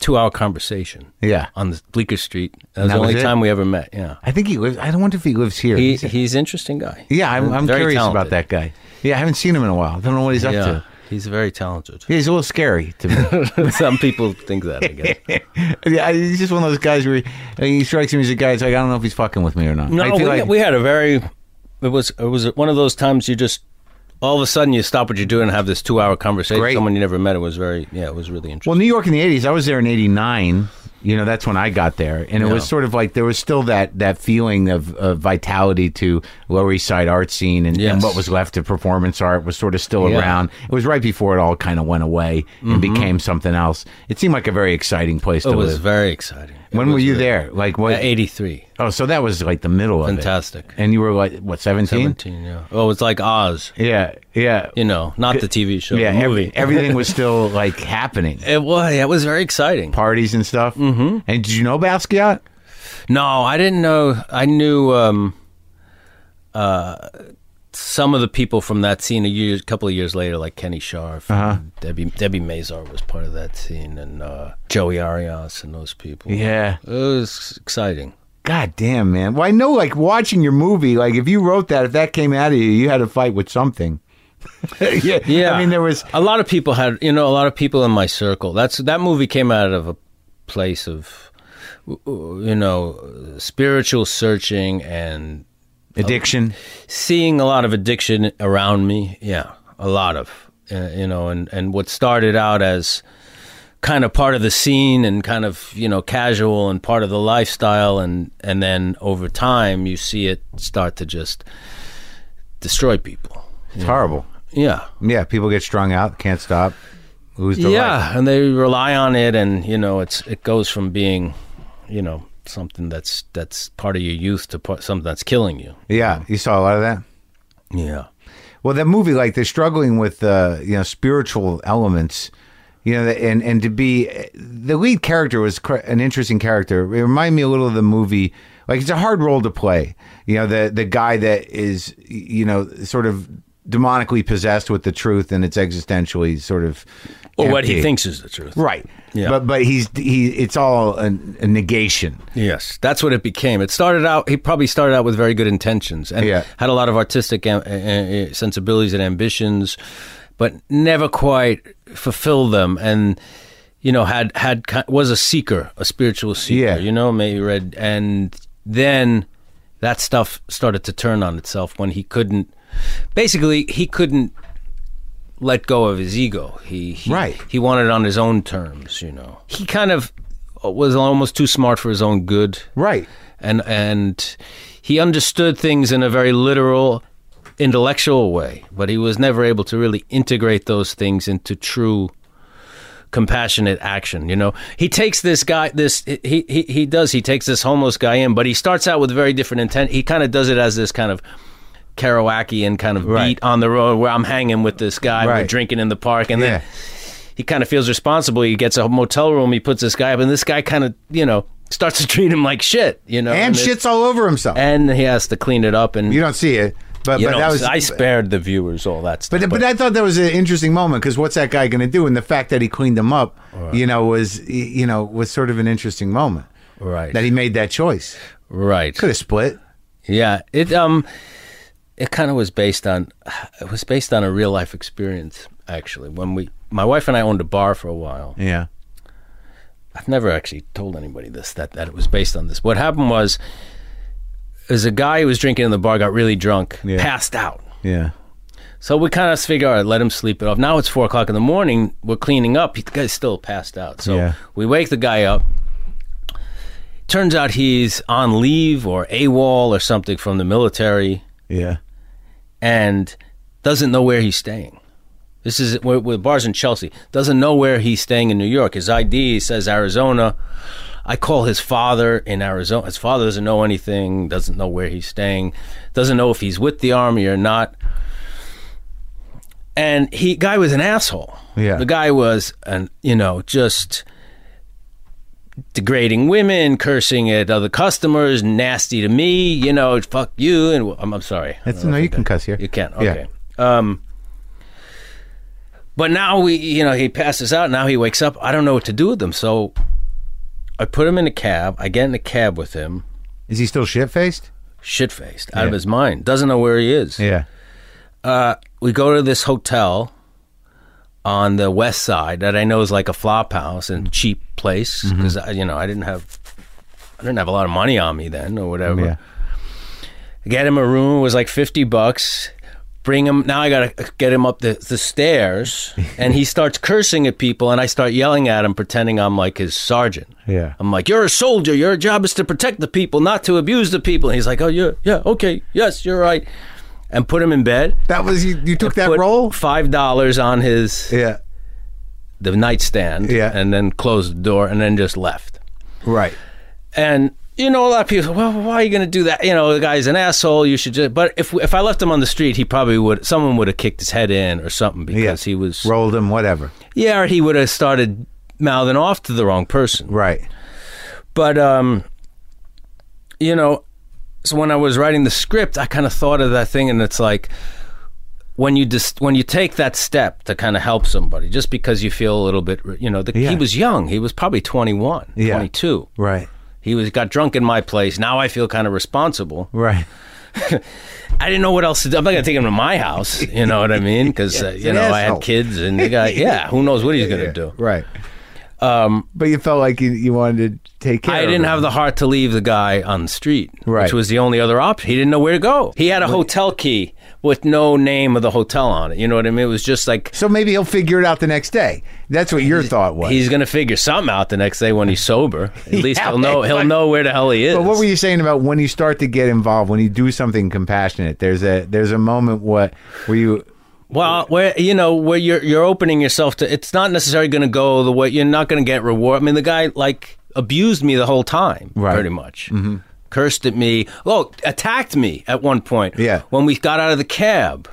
B: two-hour conversation.
A: Yeah.
B: on the Bleecker Street. That was
A: that
B: the
A: was
B: only
A: it?
B: time we ever met. Yeah.
A: I think he lives. I don't wonder if he lives here.
B: He,
A: He's-
B: he's an interesting guy.
A: yeah, I'm, I'm
B: Very
A: curious about
B: talented.
A: that guy. Yeah, I haven't seen him in a while. Don't know what he's up
B: yeah,
A: to.
B: he's very talented.
A: Yeah, he's a little scary to me.
B: Some people think that. I guess.
A: yeah, I- he's just one of those guys where he, I mean, he strikes me as a guy. It's like I don't know if he's fucking with me or not.
B: No,
A: I
B: we,
A: feel like,
B: we had a very. It was it was one of those times you just all of a sudden you stop what you're doing and have this two-hour conversation. with
A: Great.
B: Someone you never met. It was very yeah. It was really
A: well,
B: interesting.
A: New York in the '80s. I was there in '89. You know, that's when I got there, and it was sort of like there was still that that feeling of, of vitality to Lower East Side art scene, and, and
B: Yes.
A: what was left of performance art was sort of still
B: Yeah. Mm-hmm.
A: around. It was right before it all kind of went away and became something else. It seemed like a very exciting place to
B: it was
A: live.
B: very exciting. It
A: When were
B: was
A: you
B: really-
A: there? Like what?
B: At 83.
A: Oh, so that was like the middle of it.
B: Fantastic.
A: And you were like what 17?
B: 17, yeah. Oh, it's like Oz,
A: Yeah, yeah.
B: you know, not the TV show.
A: Yeah,
B: the movie.
A: every, everything was still like happening,
B: it was it was very exciting.
A: parties and stuff. Mm-hmm. And did you know Basquiat?
B: No, I didn't know. I knew um, uh, some of the people from that scene a year, couple of years later, like Kenny Scharf,
A: Uh-huh.
B: and Debbie Debbie Mazar was part of that scene, and uh, Joey Arias and those people.
A: Yeah.
B: it was exciting.
A: God damn, man. Well, I know, like watching your movie, like if you wrote that, if that came out of you, you had a fight with something. yeah,
B: Yeah,
A: I mean, there was.
B: a lot of people had you know a lot of people in my circle. That's that movie came out of a place of you know spiritual searching and
A: Addiction.
B: seeing a lot of addiction around me. Yeah, a lot of uh, you know, and and what started out as kind of part of the scene and kind of you know casual and part of the lifestyle, and and then over time you see it start to just destroy people.
A: It's horrible.
B: Yeah,
A: Yeah, people get strung out, can't stop, lose their
B: yeah,
A: life.
B: and they rely on it, and you know, it's it goes from being, you know. Something that's that's part of your youth to part, something that's killing you.
A: Yeah, you saw a lot of that?
B: Yeah,
A: Well, that movie, like they're struggling with uh, you know spiritual elements, you know, and and to be the lead character was cr- an interesting character. It reminded me a little of the movie. Like it's a hard role to play, you know, the the guy that is you know sort of demonically possessed with the truth and it's existentially sort of
B: or what he
A: empty.
B: thinks is the truth.
A: Right.
B: Yeah.
A: But but he's he it's all a, a negation.
B: Yes, that's what it became. It started out. He probably started out with very good intentions and
A: Yeah.
B: had a lot of artistic am- uh, uh, sensibilities and ambitions, but never quite fulfilled them. And you know, had had ki- was a seeker, a spiritual seeker.
A: Yeah.
B: You know, maybe read, and then that stuff started to turn on itself when he couldn't. Basically, he couldn't let go of his ego. He, he
A: Right.
B: He wanted it on his own terms. You know, he kind of was almost too smart for his own good.
A: Right.
B: And and he understood things in a very literal, intellectual way, but he was never able to really integrate those things into true compassionate action you know he takes this guy this he he, he does he takes this homeless guy in but he starts out with very different intent he kind of does it as this kind of Kerouacian kind of
A: Right.
B: beat on the road where I'm hanging with this guy
A: Right.
B: we're drinking in the park and
A: Yeah.
B: then he kind of feels responsible he gets a motel room he puts this guy up and this guy kind of you know starts to treat him like shit you know
A: And
B: Um, it's-
A: shit's all over himself.
B: and he has to clean it up and
A: you don't see it. But
B: you
A: but
B: know,
A: that was
B: I spared the viewers all that stuff
A: But, but I thought that was an interesting moment because what's that guy going to do? And the fact that he cleaned them up, you know, was y- you know was sort of an interesting moment
B: Right.
A: that he made that choice.
B: Right.
C: Could have split.
B: Yeah. It um it kind of was based on it was based on a real life experience actually. When we my wife and I owned a bar for a while.
C: Yeah.
B: I've never actually told anybody this that that it was based on this. What happened was is a guy who was drinking in the bar got really drunk,
C: Yeah.
B: passed out.
C: Yeah.
B: So we kind of figure, all right, let him sleep it off. Now it's four o'clock in the morning. We're cleaning up. The guy's still passed out. So
C: Yeah.
B: we wake the guy up. Turns out he's on leave or AWOL or something from the military
C: Yeah.
B: and doesn't know where he's staying. This is we're, we're bars in Chelsea. Doesn't know where he's staying in New York. His ID says Arizona. I call his father in Arizona. His father doesn't know anything. Doesn't know where he's staying. Doesn't know if he's with the army or not. And he guy was an asshole.
C: Yeah.
B: The guy was an you know just degrading women, cursing at other customers, nasty to me. You know, fuck you. And I'm, I'm sorry.
C: That's no. You can cuss here.
B: You can.
C: Yeah.
B: Okay. Um, but now we, you know, he passes out. Now he wakes up. I don't know what to do with him. So I put him in a cab. I get in a cab with him,
C: Is he still shit faced?
B: shit faced, out of his mind. Doesn't know where he is.
C: Yeah.
B: Uh, we go to this hotel on the west side that I know is like a flop house and cheap place
C: Mm-hmm.
B: because you know I didn't have I didn't have a lot of money on me then or whatever.
C: Yeah.
B: get him a room it was like 50 bucks bring him now i gotta get him up the, the stairs and he starts cursing at people and i start yelling at him pretending i'm like his sergeant
C: Yeah.
B: i'm like you're a soldier your job is to protect the people not to abuse the people and he's like oh yeah yeah okay yes you're right and put him in bed
C: That was you. You took that
B: put
C: role.
B: five dollars on his
C: Yeah.
B: the nightstand
C: Yeah.
B: and then closed the door and then just left
C: Right.
B: and you know, a lot of people. Well, why are you going to do that? You know, the guy's an asshole. You should just. But if if I left him on the street, he probably would. Someone would have kicked his head in or something because he was.
C: Rolled him. Whatever.
B: Yeah, or he would have started mouthing off to the wrong person.
C: Right.
B: But um, you know, so when I was writing the script, I kind of thought of that thing, and it's like when you just when you take that step to kind of help somebody, just because you feel a little bit, you know, the,
C: Yeah.
B: he was young. He was probably 21,
C: Yeah.
B: 22.
C: Right.
B: He was got drunk in my place. Now I feel kind of responsible.
C: Right.
B: I didn't know what else to do. I'm not gonna take him to my house. You know what I mean? Because uh, you
C: an
B: know I
C: asshole.
B: had kids, and the guy, yeah, who knows what he's gonna
C: Yeah.
B: do?
C: Right. Um. But you felt like you, you wanted to take care.
B: I
C: of
B: didn't
C: him.
B: have the heart to leave the guy on the street,
C: Right.
B: which was the only other option. He didn't know where to go. He had a hotel key with no name of the hotel on it. You know what I mean? It was just like
C: So maybe he'll figure it out the next day. That's what your thought was.
B: he's gonna figure something out the next day when he's sober. At least
C: Yeah,
B: he'll know he'll
C: like-
B: know where the hell he is.
C: But what were you saying about when you start to get involved, when you do something compassionate? There's a there's a moment what where you
B: Well, where you know where you're you're opening yourself to it's not necessarily going to go the way you're not going to get reward. I mean, the guy like abused me the whole time,
C: Right.
B: pretty much. Mm-hmm. Cursed at me. Oh, attacked me at one point.
C: Yeah.
B: When we got out of the cab,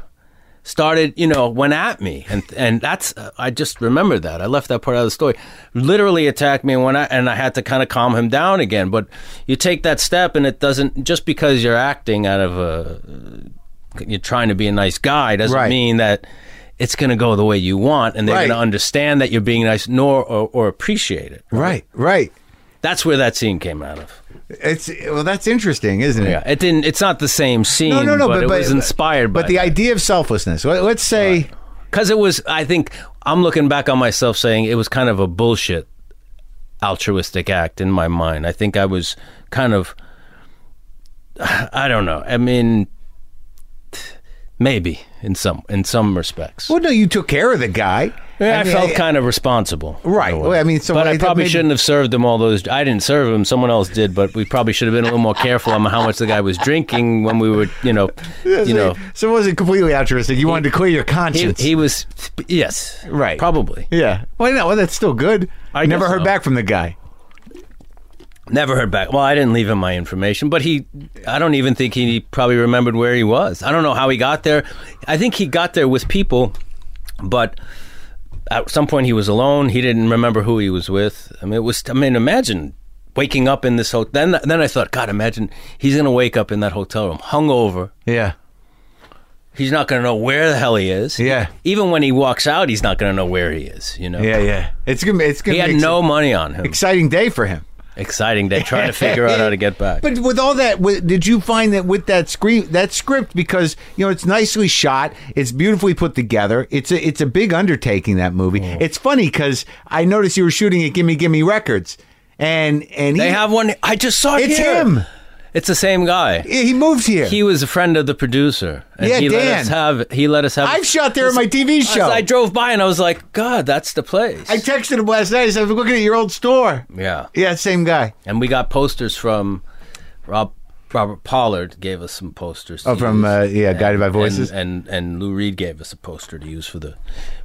B: started you know went at me, and and that's uh, I just remembered that I left that part out of the story. Literally attacked me when I and I had to kind of calm him down again. But you take that step, and it doesn't just because you're acting out of a you're trying to be a nice guy doesn't
C: Right.
B: mean that it's going to go the way you want and they're
C: Right.
B: going to understand that you're being nice nor or, or appreciate it
C: right right.
B: that's where that scene came out of
C: It's well, that's interesting, isn't it?
B: yeah it didn't it's not the same scene
C: No, no, no.
B: but,
C: But,
B: it
C: but
B: was inspired
C: But
B: by
C: the
B: that.
C: idea of selflessness. Let, let's say
B: Because it was, I think, I'm looking back on myself saying it was kind of a bullshit altruistic act in my mind. I think I was kind of, I don't know. I mean, maybe in some in some respects.
C: well, no, you took care of the guy.
B: Yeah, I,
C: mean,
B: felt kind of responsible. in a
C: Right.
B: way.
C: Well, I mean, so
B: but
C: I
B: I
C: think
B: probably
C: maybe-
B: shouldn't have served him all those. I didn't serve him. Someone else did. But we probably should have been a little more careful on how much the guy was drinking when we were, you know, you know.
C: so it wasn't completely altruistic. You wanted to clear your
B: He,
C: conscience.
B: he was, yes,
C: Right.
B: probably.
C: yeah. Well, no, well, that's still good.
B: I
C: never
B: guess
C: heard
B: so.
C: back from the guy.
B: Never heard back. Well, I didn't leave him my information, but he, I don't even think he probably remembered where he was. I don't know how he got there. I think he got there with people, but at some point he was alone. He didn't remember who he was with. I mean, it was, I mean, imagine waking up in this hotel. Then, then I thought, God, imagine he's going to wake up in that hotel room hungover.
C: Yeah.
B: He's not going to know where the hell he is.
C: Yeah.
B: Even when he walks out, he's not going to know where he is, you know?
C: Yeah. Yeah. It's gonna. It's gonna.
B: He had
C: be ex-
B: no money on him.
C: exciting day for him.
B: Exciting day trying to figure out how to get back.
A: But with all that, wi- did you find that with that screen, that script, because you know it's nicely shot, it's beautifully put together. It's a it's a big undertaking that movie.
B: Mm.
A: It's funny because I noticed you were shooting at Gimme Gimme Records, and and he,
B: they have one. I just saw it
A: It's
B: here.
A: him.
B: It's the same guy.
A: he moved here.
B: He was a friend of the producer. And
A: Yeah,
B: he
A: Dan.
B: let us have. He let us have.
A: I've shot there in my TV
B: I-
A: show.
B: I drove by and I was like, God, that's the place.
A: I texted him last night. I said, "I'm looking at your old store."
B: yeah.
A: Yeah, same guy.
B: And we got posters from Rob Robert Pollard gave us some posters.
A: Oh,
B: to
A: from
B: use.
A: uh, yeah, Guided by Voices.
B: And, and and Lou Reed gave us a poster to use for the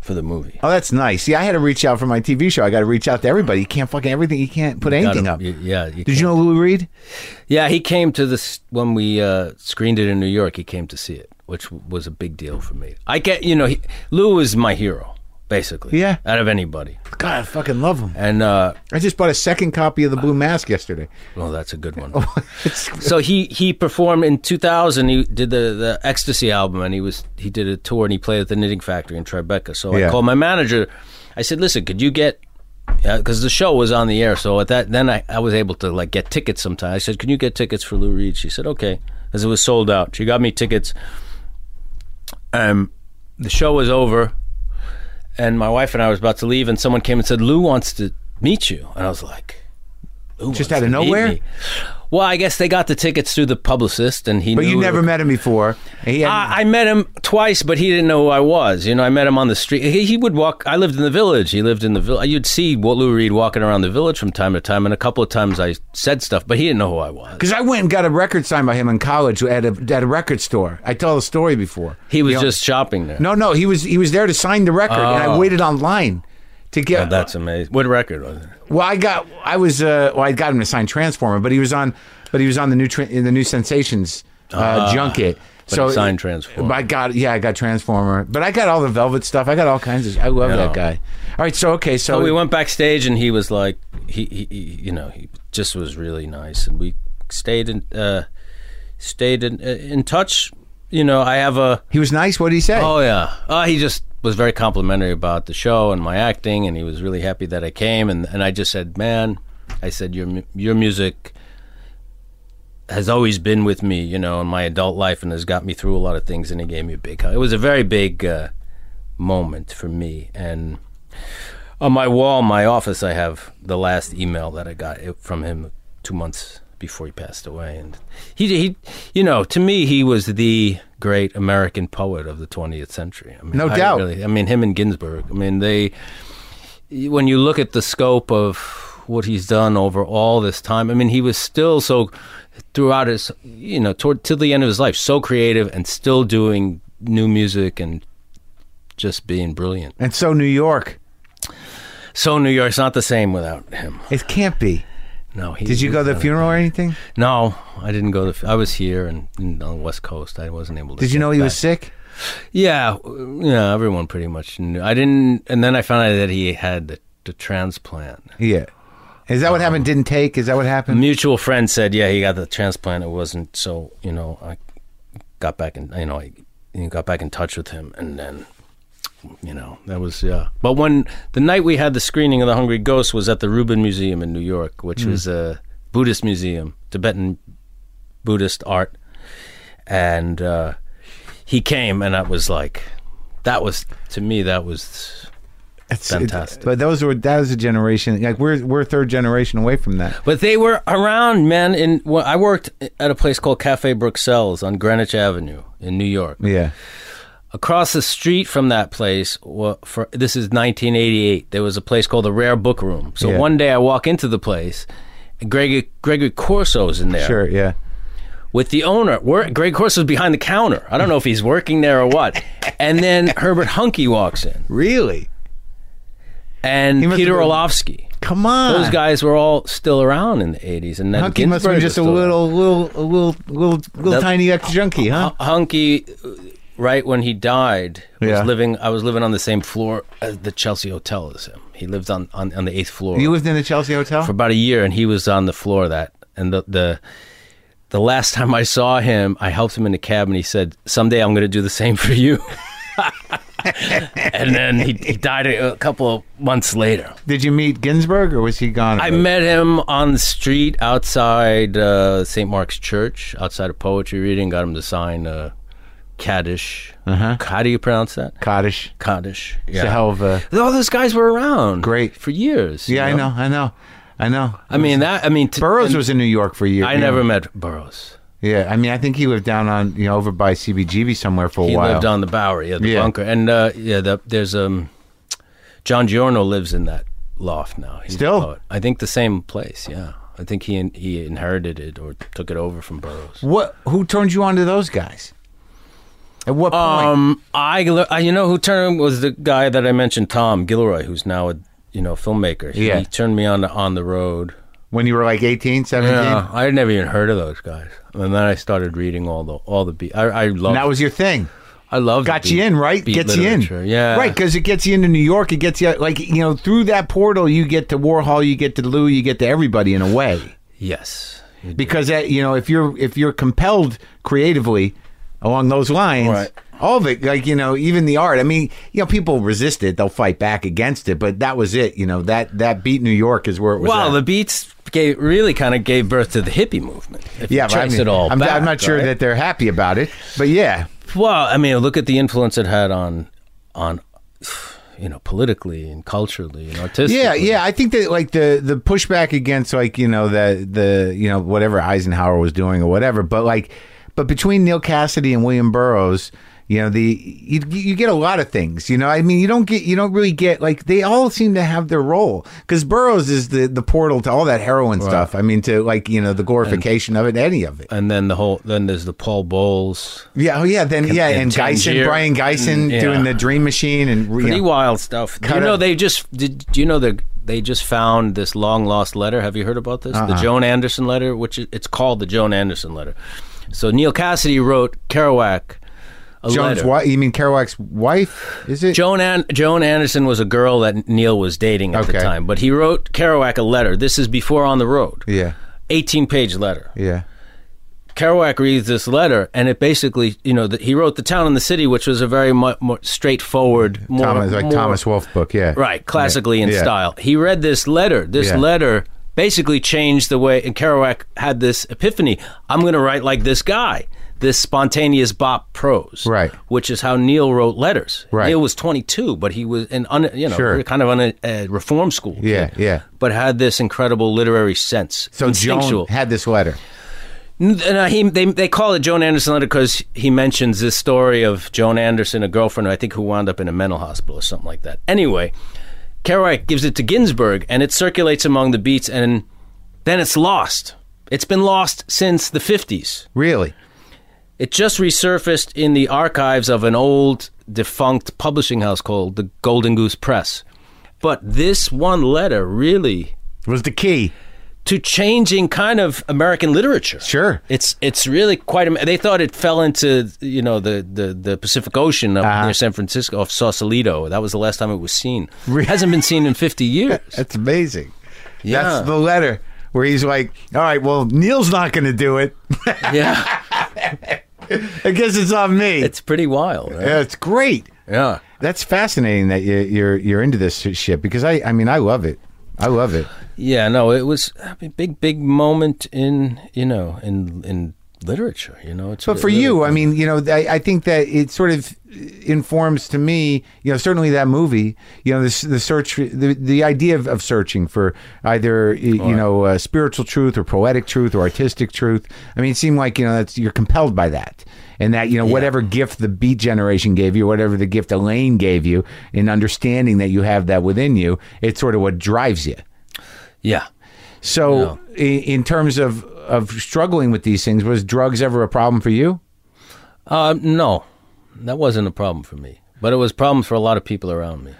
B: for the movie.
A: Oh, that's nice. See, I had to reach out for my TV show. I got to reach out to everybody. You can't fucking everything. You can't put anything
B: Got
A: up.
B: a- y- Yeah. you
A: Did
B: can-
A: you know Lou Reed?
B: Yeah, he came to this when we uh, screened it in New York. He came to see it, which w- was a big deal for me. I get, you know, he, Lou is my hero, basically.
A: Yeah.
B: out of anybody.
A: God, I fucking love him.
B: And uh,
A: I just bought a second copy of The Blue Mask yesterday.
B: well, that's a good one. so he he performed in 2000. He did the the Ecstasy album, and he was he did a tour, and he played at the Knitting Factory in Tribeca. So
A: Yeah.
B: I called my manager. I said, "Listen, could you get?" Because the show was on the air, so at that then I, I was able to like get tickets. Sometimes I said, "Can you get tickets for Lou Reed?" She said, "Okay," because it was sold out. She got me tickets. Um, the show was over, and my wife and I was about to leave, and someone came and said, "Lou wants to meet you," and I was like. Lou
A: Just
B: wants
A: out of
B: to meet
A: nowhere?
B: me. Well, I guess they got the tickets through the publicist, and he.
A: But
B: knew
A: you never met him before. He had,
B: I, I met him twice, but he didn't know who I was. You know, I met him on the street. He, he would walk. I lived in the village. He lived in the village. You'd see Walt Lou Reed walking around the village from time to time, and a couple of times I said stuff, but he didn't know who I was.
A: because I went and got a record signed by him in college at a, at a record store. I tell the story before.
B: He was
A: You know-
B: just shopping there.
A: no, no. He was he was there to sign the record, and I waited online to get.
B: Oh, that's amazing. What record was it?
A: well, I got I was uh, well, I got him to sign Transformer, but he was on, but he was on the new tra- in the new Sensations uh, junket.
B: Ah, but
A: so
B: he signed Transformer.
A: I got yeah, I got Transformer, but I got all the Velvet stuff. I got all kinds of. I love that guy. All right, so okay, so
B: So we went backstage, and he was like, he, he, he you know, he just was really nice, and we stayed in, uh, stayed in, uh, in touch. You know, I have a.
A: he was nice. What did he say?
B: Oh yeah. Uh, he just was very complimentary about the show and my acting, and he was really happy that I came. And and I just said, man, I said your mu- your music has always been with me, you know, in my adult life, and has got me through a lot of things. And he gave me a big hug. It was a very big uh, moment for me. And on my wall, in my office, I have the last email that I got it- from him two months before he passed away. And he, he, you know, to me, he was the great American poet of the 20th century. I mean,
A: No
B: I
A: doubt.
B: really- I mean, him and Ginsberg. I mean, they. When you look at the scope of what he's done over all this time, I mean, he was still so throughout his, you know, toward till the end of his life, so creative and still doing new music and just being brilliant.
A: And so New York,
B: So New York's not the same without him.
A: it can't be.
B: No, he, uh,
A: Did you go to the funeral or anything?
B: No, I didn't go to. the fu- I was here and, and on the West Coast. I wasn't able to.
A: Did you
B: get
A: know he was
B: back.
A: sick?
B: Yeah, w- yeah. Everyone pretty much knew. I didn't, and then I found out that he had the, the transplant.
A: Yeah. Is that what happened? Didn't take? Is that what
B: A
A: happened?
B: mutual friend said, "Yeah, he got the transplant. It wasn't so. You know, I got back and you know, I you know, got back in touch with him, and then." You know, that was yeah. But when the night we had the screening of The Hungry Ghost was at the Rubin Museum in New York, which was a Buddhist museum, Tibetan Buddhist art, and uh, he came, and I was like, that was to me, that was
A: It's-
B: fantastic.
A: but those were that was a generation. Like we're we're third generation away from that.
B: But they were around, man. In well, I worked at a place called Cafe Bruxelles on Greenwich Avenue in New York.
A: Yeah.
B: Across the street from that place, wa- for this is 1988. There was a place called the Rare Book Room. So
A: Yeah.
B: one day I walk into the place, and Gregory Gregory Corso's in there
A: Sure. Yeah.
B: with the owner. We're, Greg Corso's behind the counter. I don't know if he's working there or what. And then Herbert Hunky walks in
A: Really?
B: and
A: must
B: Peter
A: have been-
B: Olofsky.
A: Come on.
B: Those guys were all still around in the 80s, and then
A: Hunky must
B: Ginsberg
A: have been
B: was
A: just a
B: still around.
A: little, little, a little, little, little
B: The-
A: tiny ex junkie, huh?
B: Hun- Hunky, uh, right when he died, was
A: Yeah.
B: living. I was living on the same floor as the Chelsea Hotel as him. He lived on on, on the eighth floor
A: You lived in the Chelsea Hotel.
B: for about a year, and he was on the floor of that. And the the the last time I saw him, I helped him in the cab, and he said, "Someday I'm going to do the same for you." and then he, he died a a couple of months later.
A: Did you meet Ginsburg or was he gone?
B: I met him on the street outside uh, St. Mark's Church, outside of poetry reading. Got him to sign uh, Kaddish. Uh-huh. How do you pronounce that?
A: Kaddish.
B: Kaddish. Yeah.
A: It's a hell of a.
B: All those guys were around.
A: Great.
B: for years. you
A: Yeah, I know, I know, I know.
B: I mean that. I mean t-
A: Burroughs
B: and
A: was in New York for years.
B: I never met Burroughs.
A: Yeah, I mean, I think he lived down on you know over by CBGB somewhere for a
B: He
A: while.
B: lived on the Bowery, yeah, the
A: Yeah.
B: bunker, and uh, yeah, the, there's um, John Giorno lives in that loft now. He's a
A: Still?
B: poet. I think the same place. Yeah, I think he in, he inherited it or took it over from Burroughs.
A: what? Who turned you on to those guys? At what point?
B: Um, I, le- I- you know who turned was the guy that I mentioned, Tom Gilroy, who's now a you know filmmaker. He
A: Yeah.
B: turned me on to On the Road.
A: when you were like 18, 17?
B: Yeah, I had never even heard of those guys, and then I started reading all the all the beat. I, I
A: And
B: loved
A: that was your thing.
B: I loved
A: Got
B: beat-
A: you in, right?
B: beat
A: Gets you in.
B: literature. yeah,
A: Right, because it gets you into New York. It gets you, like, you know, through that portal, you get to Warhol, you get to Lou, you get to everybody in a way.
B: Yes,
A: Because, that, you know, if you're if you're compelled creatively along those lines,
B: Right.
A: all of it, like, you know, even the art. I mean, you know, people resist it. They'll fight back against it, but that was it. You know, that, that beat New York is where it was
B: Well,
A: at.
B: the Beats gave, really kind of gave birth to the hippie movement. If
A: yeah,
B: you
A: but I
B: trace
A: mean,
B: it all
A: I'm,
B: back,
A: I'm not sure
B: right?
A: that they're happy about it, but yeah.
B: Well, I mean, look at the influence it had on, on, you know, politically and culturally and artistically.
A: Yeah, yeah. I think that like the the pushback against like you know the the you know whatever Eisenhower was doing or whatever, but like but between Neil Cassidy and William Burroughs. You know the you, you get a lot of things. You know, I mean, you don't get you don't really get like they all seem to have their role because Burroughs is the the portal to all that heroin stuff. I mean, to like you know the glorification of it, any of it.
B: And then the whole, then there's the Paul Bowles,
A: Yeah, oh yeah, then yeah,
B: and
A: and Geisen,
B: Tangier.
A: Brian Geisen
B: Mm, yeah.
A: doing the Dream Machine and you
B: pretty
A: know,
B: wild stuff. Do you
A: Cut
B: know
A: up.
B: they just did? Do you know they they just found this long lost letter? Have you heard about this? The Joan Anderson letter, which is, it's called the Joan Anderson letter. So Neil Cassidy wrote Kerouac. A
A: Jones.
B: letter.
A: What you mean, Kerouac's wife? Is it?
B: Joan An- Joan Anderson was a girl that Neil was dating at the
A: Okay.
B: time, but he wrote Kerouac a letter. This is before On the Road.
A: Yeah,
B: 18 page letter.
A: yeah.
B: Kerouac reads this letter, and it basically, you know, that he wrote The Town and the City, which was a very mu- more straightforward, more,
A: Thomas, like
B: more-
A: Thomas Wolfe book, yeah.
B: Right, classically in
A: Yeah.
B: style. He read this letter. This
A: Yeah.
B: letter basically changed the way, and Kerouac had this epiphany I'm going to write like this guy, this spontaneous bop prose.
A: Right.
B: Which is how Neil wrote letters.
A: Right.
B: Neil was 22, but he was in, un, you know,
A: Sure.
B: kind of on a, a reform school.
A: Yeah,
B: kid,
A: yeah.
B: But had this incredible literary sense.
A: So
B: instinctual.
A: Joan had this letter.
B: N- uh, No, he, they, they call it Joan Anderson letter because he mentions this story of Joan Anderson, a girlfriend, I think, who wound up in a mental hospital or something like that. Anyway, Kerouac gives it to Ginsberg, and it circulates among the beats, and then it's lost. It's been lost since the 50s.
A: Really?
B: It just resurfaced in the archives of an old defunct publishing house called the Golden Goose Press. But this one letter really
A: Was the key.
B: to changing kind of American literature.
A: Sure.
B: It's it's really quite. am- They thought it fell into you know the the, the Pacific Ocean up
A: Uh-huh.
B: near San Francisco off Sausalito. That was the last time it was seen. It hasn't been seen in fifty years.
A: That's amazing.
B: Yeah.
A: That's the letter where he's like, all right, well, Neil's not going to do it.
B: yeah,
A: I guess it's on me.
B: it's pretty wild. right?
A: yeah, it's great.
B: Yeah.
A: That's fascinating that you, you're you're into this shit because I I mean I love it. I love it.
B: Yeah, no, it was a big, big moment in you know in in literature. You know, it's
A: But for
B: really-
A: you, I mean, you know, I, I think that it sort of informs to me, you know, certainly that movie, you know, the, the search, the, the idea of, of searching for either, y- you, you know, uh, spiritual truth or poetic truth or artistic truth. I mean, it seemed like, you know, that's, you're compelled by that. And that, you know, whatever gift the beat generation gave you, whatever the gift Elaine gave you in understanding that you have that within you, it's sort of what drives you.
B: yeah.
A: So i in terms of, of struggling with these things, was drugs ever a problem for you?
B: Uh, no, that wasn't a problem for me, but it was a problem for a lot of people around me.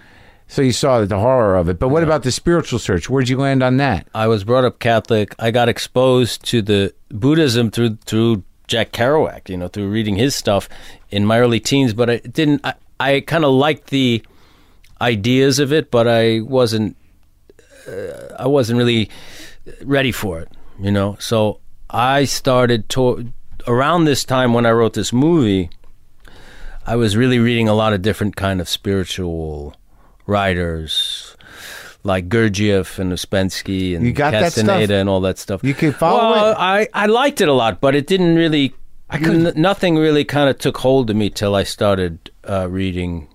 A: So you saw the horror of it. But what about the spiritual search? Where'd you land on that?
B: I was brought up Catholic. I got exposed to the Buddhism through through Jack Kerouac, you know, through reading his stuff in my early teens. But I didn't. I, I kind of liked the ideas of it, but I wasn't. Uh, I wasn't really ready for it, you know. So I started to, around this time when I wrote this movie. I was really reading a lot of different kind of spiritual writers, like Gurdjieff and Uspensky and
C: You got that stuff?
B: Castaneda and all that stuff.
C: You could follow
B: well,
C: it?
B: I I liked it a lot, but it didn't really. I couldn't. nothing really kind of took hold of me till I started uh, reading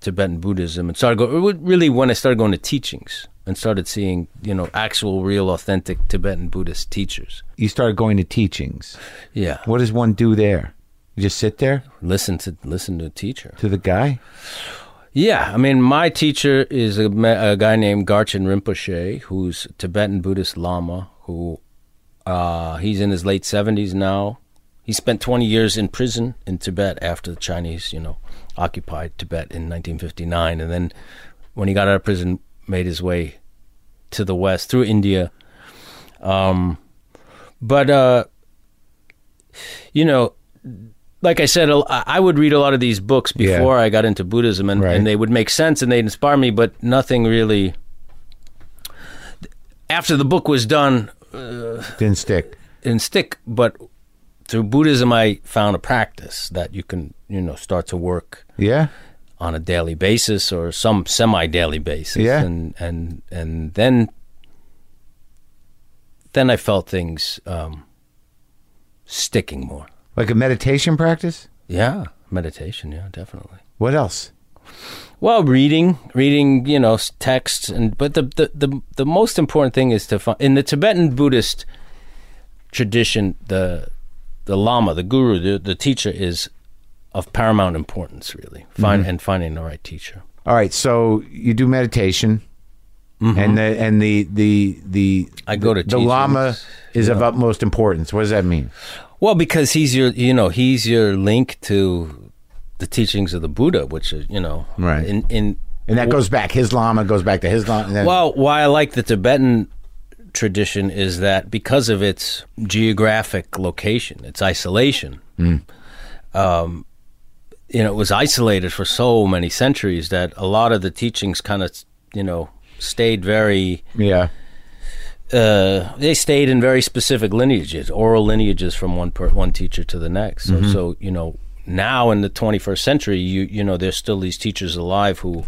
B: Tibetan Buddhism and started going. Really, when I started going to teachings and started seeing, you know, actual, real, authentic Tibetan Buddhist teachers.
C: You started going to teachings.
B: Yeah,
C: What does one do there? You just sit there
B: listen to listen to a teacher.
C: to the guy?
B: Yeah, I mean, my teacher is a, ma- a guy named Garchen Rinpoche, who's a Tibetan Buddhist Lama. Who uh, he's in his late seventies now. He spent twenty years in prison in Tibet after the Chinese, you know, occupied Tibet in 1959, and then when he got out of prison, made his way to the West through India. Um, but uh, you know, like I said, I I would read a lot of these books
C: Yeah.
B: before I got into Buddhism, and,
C: Right.
B: and they would make sense and they'd inspire me, but nothing really. After the book was done,
C: Didn't stick.
B: and stick, but through Buddhism, I found a practice that you can, you know, start to work
C: Yeah.
B: on a daily basis or some semi-daily basis,
C: Yeah.
B: and and and then then I felt things um, sticking more.
C: Like a meditation practice?
B: Yeah, meditation. Yeah, definitely.
C: What else?
B: Well, reading, reading, you know, s- texts, and but the the the, the most important thing is to find in the Tibetan Buddhist tradition, the the lama, the guru, the, the teacher is of paramount importance, really. Find and finding the right teacher.
C: All right, so you do meditation, and the and the the the
B: Mm-hmm. I go to
C: the Lama
B: teachings,
C: is of utmost importance. What does that mean?
B: Well, because he's your, you know, he's your link to the teachings of the Buddha, which are, you know,
C: Right.
B: In in
C: And that goes back. His Lama goes back to his Lama. and then-
B: Well, why I like the Tibetan tradition is that because of its geographic location, its isolation, um, you know, it was isolated for so many centuries that a lot of the teachings kind of, you know, stayed very
C: yeah,
B: uh, they stayed in very specific lineages, oral lineages from one per, one teacher to the next. So, so you know, now in the 21st century, you you know, there's still these teachers alive who,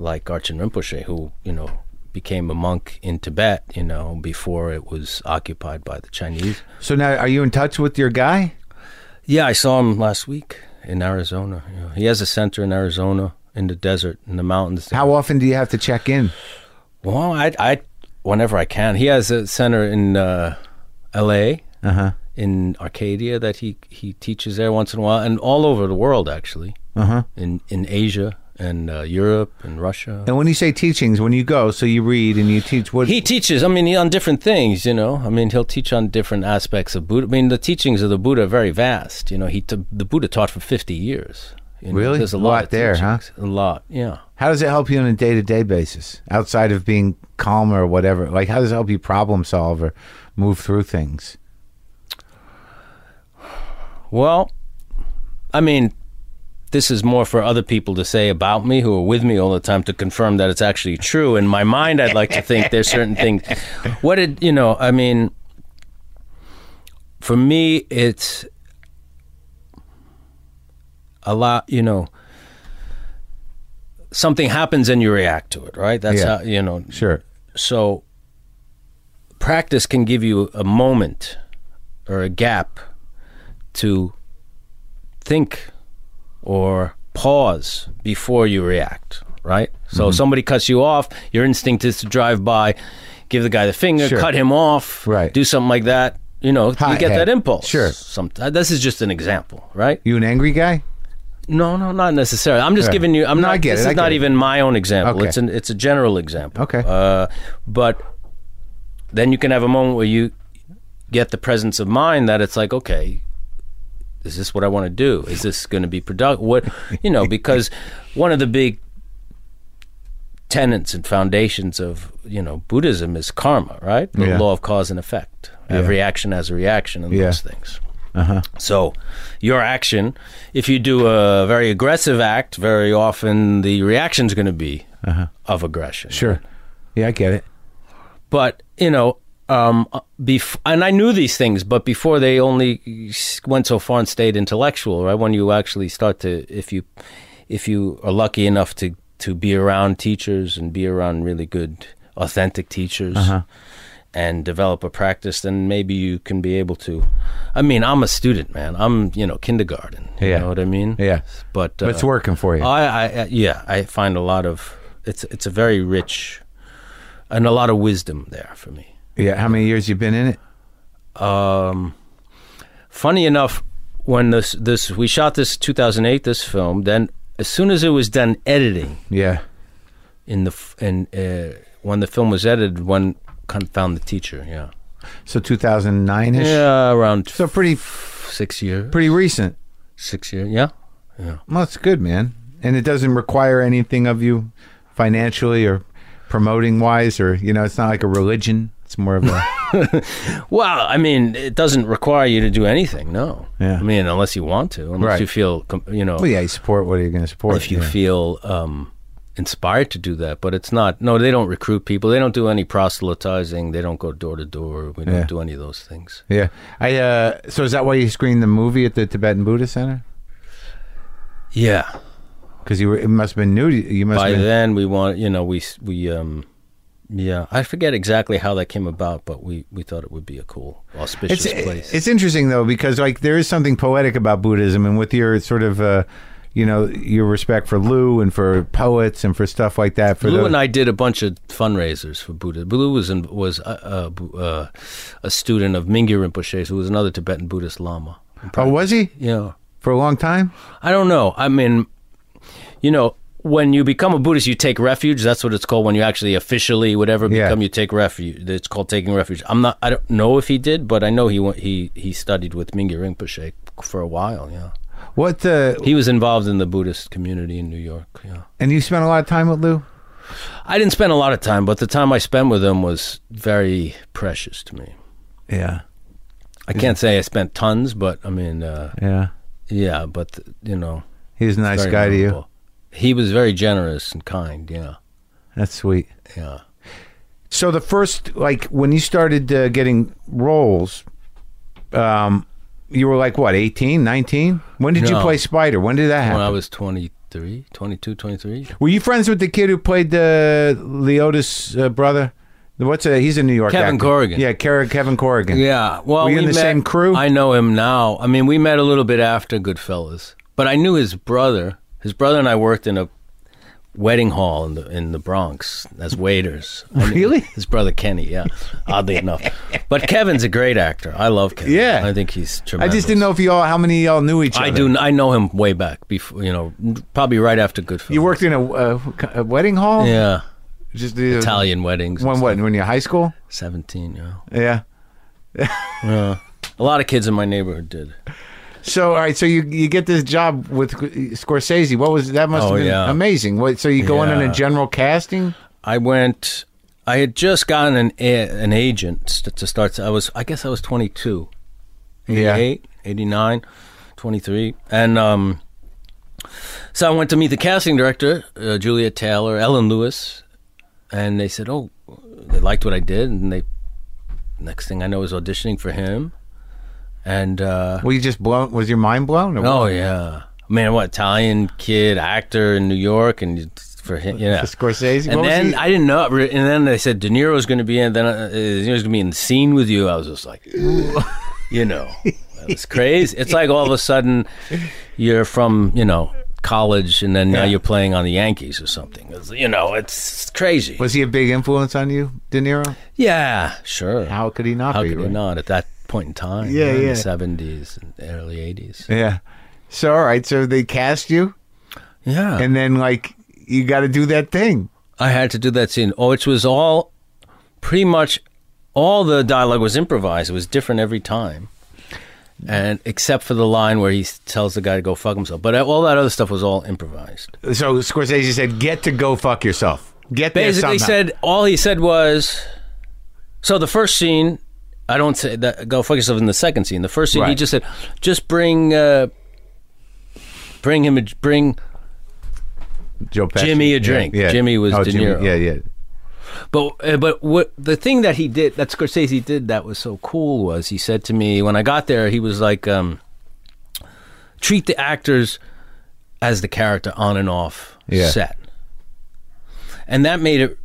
B: like Garchen Rinpoche, who you know became a monk in Tibet, you know, before it was occupied by the Chinese.
C: So now, are you in touch with your guy?
B: Yeah, I saw him last week in Arizona. You know, he has a center in Arizona in the desert in the mountains.
C: How often do you have to check in?
B: Well, I, I whenever I can. He has a center in uh, L.A.
C: Uh-huh.
B: in Arcadia that he he teaches there once in a while, and all over the world actually.
C: Uh-huh.
B: In in Asia and uh, Europe and Russia.
C: And when you say teachings, when you go, so you read and you teach. What?
B: He teaches. I mean, on different things. You know, I mean, he'll teach on different aspects of Buddha. I mean, the teachings of the Buddha are very vast. You know, he t- the Buddha taught for fifty years. You know,
C: Really?
B: there's
C: A
B: a lot,
C: lot
B: of
C: there, huh?
B: teachings. A lot, yeah.
C: how does it help you on a day to day basis outside of being calm or whatever? Like, how does it help you problem solve or move through things?
B: Well, I mean, this is more for other people to say about me who are with me all the time to confirm that it's actually true. In my mind, I'd like to think there's certain things. What did, you know, I mean, for me, it's a lot, you know, something happens and you react to it, right? That's
C: Yeah.
B: how, you know,
C: Sure.
B: so practice can give you a moment or a gap to think or pause before you react, right? So
C: Mm-hmm.
B: somebody cuts you off, your instinct is to drive by, give the guy the finger,
C: Sure.
B: cut him off,
C: Right.
B: do something like that. You know, you get
C: Hothead.
B: that impulse.
C: Sure.
B: Some, this is just an example, right?
C: You an angry guy?
B: No, no, not necessarily. I'm just
C: Right.
B: giving you. I'm
C: No,
B: not.
C: I get
B: this
C: it,
B: is
C: I get
B: not
C: it.
B: even my own example.
C: Okay.
B: It's an. It's a general example.
C: Okay.
B: Uh, but then you can have a moment where you get the presence of mind that it's like, okay, is this what I want to do? Is this going to be productive? What you know, because one of the big tenets and foundations of you know Buddhism is karma, right? The
C: Yeah.
B: law of cause and effect. Every action has a reaction, and
C: Yeah.
B: those things. So, your action, if you do a very aggressive act, very often the reaction's going to be of aggression.
C: Sure. Yeah, I get it.
B: But, you know, um, bef- and I knew these things, but before they only went so far and stayed intellectual, right? When you actually start to, if you, if you are lucky enough to to be around teachers and be around really good, authentic teachers,
A: Uh-huh.
B: and develop a practice, then maybe you can be able to. I mean, I'm a student, man. I'm you know kindergarten. You
A: Yeah.
B: know what I mean?
A: Yeah.
B: But, uh,
A: But it's working for you.
B: I, I yeah, I find a lot of it's it's a very rich and a lot of wisdom there for me.
A: yeah. How many years you been in it?
B: Um, funny enough, when this this we shot this 2008 this film, then as soon as it was done editing
A: Yeah.
B: in the f- in uh, when the film was edited, one con- found the teacher. Yeah,
A: So 2009 ish.
B: yeah, around
A: So pretty
B: f- six years,
A: pretty recent.
B: six years. Yeah,
A: Well, that's good, man. And it doesn't require anything of you financially or promoting wise, or you know, it's not like a religion. It's more of a
B: Well, I mean, it doesn't require you to do anything. No,
A: Yeah.
B: I mean, unless you want to, unless
A: Right.
B: you feel, com- you know,
A: well, oh, yeah. You support what are you going to support?
B: if you
A: yeah.
B: feel um, inspired to do that. But it's not. No, they don't recruit people. They don't do any proselytizing. They don't go door to door. We don't
A: Yeah.
B: do any of those things.
A: Yeah. I uh so is that why you screened the movie at the Tibetan Buddhist Center?
B: Yeah.
A: Cuz you were it must have been new to you you must
B: By
A: have been
B: then, we want. You know, we s- we um. Yeah, I forget exactly how that came about, but we, we thought it would be a cool,
A: it's,
B: auspicious place.
A: it's interesting though because like there is something poetic about Buddhism and with your sort of uh you know your respect for Lou and for poets and for stuff like that for
B: Blue
A: those,
B: and I did a bunch of fundraisers for Buddha. Blue was in, was uh, uh, Bu- uh, a student of Mingyur Rinpoche, who was another Tibetan Buddhist Lama.
A: Oh, was he?
B: Yeah,
A: For a long time?
B: I don't know. I mean, you know, when you become a Buddhist, you take refuge. That's what it's called when you actually officially whatever
A: Yeah.
B: become. You take refuge. It's called taking refuge. I'm not. I don't know if he did, but I know he went, he he studied with Mingyur Rinpoche for a while. Yeah,
A: What uh
B: he was involved in the Buddhist community in New York. Yeah.
A: and you spent a lot of time with Lou?
B: I didn't spend a lot of time, but the time I spent with him was very precious to me.
A: Yeah.
B: I can't say I spent tons, but I mean, uh,
A: Yeah.
B: yeah, but you know,
A: He was a nice
B: very
A: guy to you.
B: memorable. He was very generous and kind. Yeah,
A: That's sweet.
B: yeah.
A: So the first, like when you started uh, getting roles, um, you were like what, 18, 19? When did you
B: No.
A: play Spider? When did that happen?
B: When I was 23, 22, 23.
A: were you friends with the kid who played the Leotis uh, brother? What's a? He's a New York.
B: Kevin
A: actor.
B: Corrigan.
A: Yeah, Ker- Kevin Corrigan.
B: Yeah. Well,
A: Were you
B: we
A: in the
B: met-
A: same crew?
B: I know him now. I mean, we met a little bit after Goodfellas, but I knew his brother. His brother and I worked in a wedding hall in the in the Bronx as waiters. I knew
A: Really?
B: His brother Kenny. Yeah. Oddly enough, but Kevin's a great actor. I love Kevin.
A: Yeah.
B: I think he's
A: I
B: tremendous.
A: just didn't know if you all, how many of y'all knew each other.
B: I do. I know him way back before. You know, probably right after Goodfellas.
A: You worked in a, uh, a wedding hall.
B: Yeah.
A: just uh,
B: Italian weddings.
A: When what? When you're high school?
B: Seventeen. Yeah.
A: Yeah.
B: Yeah. A lot of kids in my neighborhood did.
A: So all right, so you you get this job with Scorsese. What was that? Must
B: Oh,
A: have been
B: yeah.
A: amazing. What? So you go in on
B: Yeah.
A: a general casting.
B: I went. I had just gotten an a, an agent st- to start. I was, I guess, I was 22, 88, 89, 23, and um. So I went to meet the casting director, uh, Julia Taylor, Ellen Lewis, and they said, "Oh, they liked what I did," and they. Next thing I know, I was auditioning for him, and uh,
A: Were you just blown? Was your mind blown? Or what?
B: oh yeah, man, what Italian kid actor in New York, and you- for him, yeah,
A: To Scorsese.
B: and
A: What was
B: then
A: he-
B: I didn't know. re- And then they said De Niro's going to be in. Then uh, De Niro's going to be in the scene with you. I was just like, you know, it's crazy. It's like all of a sudden you're from you know college, and then now you're playing on the Yankees or something. It's, you know, it's crazy.
A: was he a big influence on you, De Niro?
B: yeah, sure. How,
A: How could he not be?
B: could you
A: right?
B: not at that point in time?
A: Yeah,
B: in
A: yeah.
B: the seventies and early eighties.
A: Yeah. So all right, so they cast you,
B: Yeah,
A: and then like you got to do that thing.
B: I had to do that scene. Oh, it was all pretty much all the dialogue was improvised. It was different every time. And except for the line where he s- tells the guy to go fuck himself. But uh, all that other stuff was all improvised.
A: So Scorsese said, "Get to go fuck yourself." Get there
B: Basically
A: somehow."
B: said all he said was so the first scene I don't say that go fuck yourself in the second scene. The first scene he
A: Right.
B: just said just bring uh bring him a, bring
A: Joe Pesci.
B: Jimmy a
A: Yeah,
B: drink.
A: Yeah,
B: Jimmy was
A: oh,
B: De
A: Jimmy-
B: Niro.
A: Yeah, yeah.
B: But uh, but what the thing that he did that Scorsese did that was so cool was he said to me when I got there he was like um, treat the actors as the character on and off
A: Yeah.
B: set, and that made it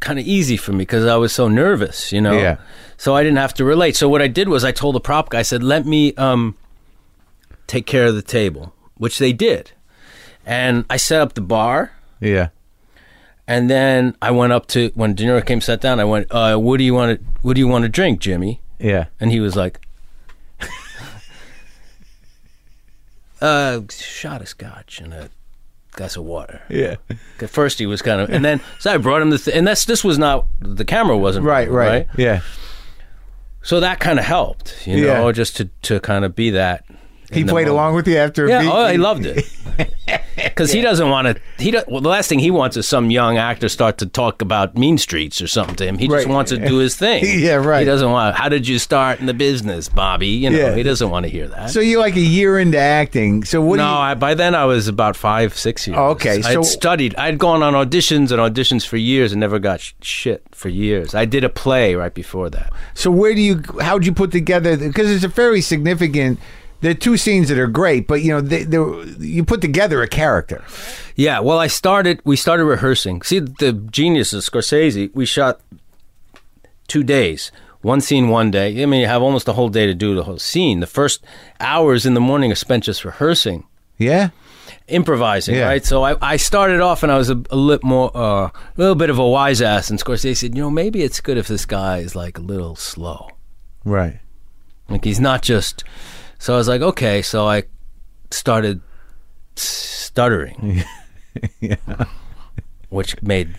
B: kind of easy for me because I was so nervous, you know.
A: Yeah.
B: So I didn't have to relate. So what I did was I told the prop guy I said let me um, take care of the table, which they did, and I set up the bar.
A: Yeah.
B: And then I went up to when De Niro came sat down. I went, uh, "What do you want to What do you want to drink, Jimmy?"
A: Yeah.
B: And he was like, "Uh, shot of scotch and a glass of water."
A: Yeah.
B: At first, he was kind of, and then so I brought him the, th- and that's this was not the camera wasn't
A: Right, right. Yeah.
B: So that kind of helped, you
A: Yeah.
B: know, just to to kind of be that.
A: He
B: in the
A: played
B: moment.
A: along with you after
B: Yeah,
A: a beat.
B: oh, I loved it. Because he doesn't want to. He do, well, the last thing he wants is some young actor start to talk about Mean Streets or something to him. He just
A: Right.
B: wants to do his thing.
A: Yeah, right.
B: He doesn't want. How did you start in the business, Bobby? You know,
A: Yeah.
B: he doesn't want to hear that.
A: So you're like a year into acting. So what
B: no,
A: do you
B: I, by then I was about five, six years.
A: Oh, okay,
B: I
A: so-
B: would studied. I'd gone on auditions and auditions for years and never got sh- shit for years. I did a play right before that.
A: So where do you how'd you put together because it's a very significant there are two scenes that are great, but you know they, they, were- you put together a character.
B: Yeah, well, I started. We started rehearsing. See, the genius of Scorsese. We shot two days, one scene one day. I mean, you have almost a whole day to do the whole scene. The first hours in the morning are spent just rehearsing,
A: Yeah,
B: improvising,
A: Yeah.
B: right? So I, I started off, and I was a, a little more, uh, a little bit of a wise ass. And Scorsese said, you know, maybe it's good if this guy is like a little slow.
A: right.
B: Like he's not just. So I was like, okay. So I started stuttering. Which made,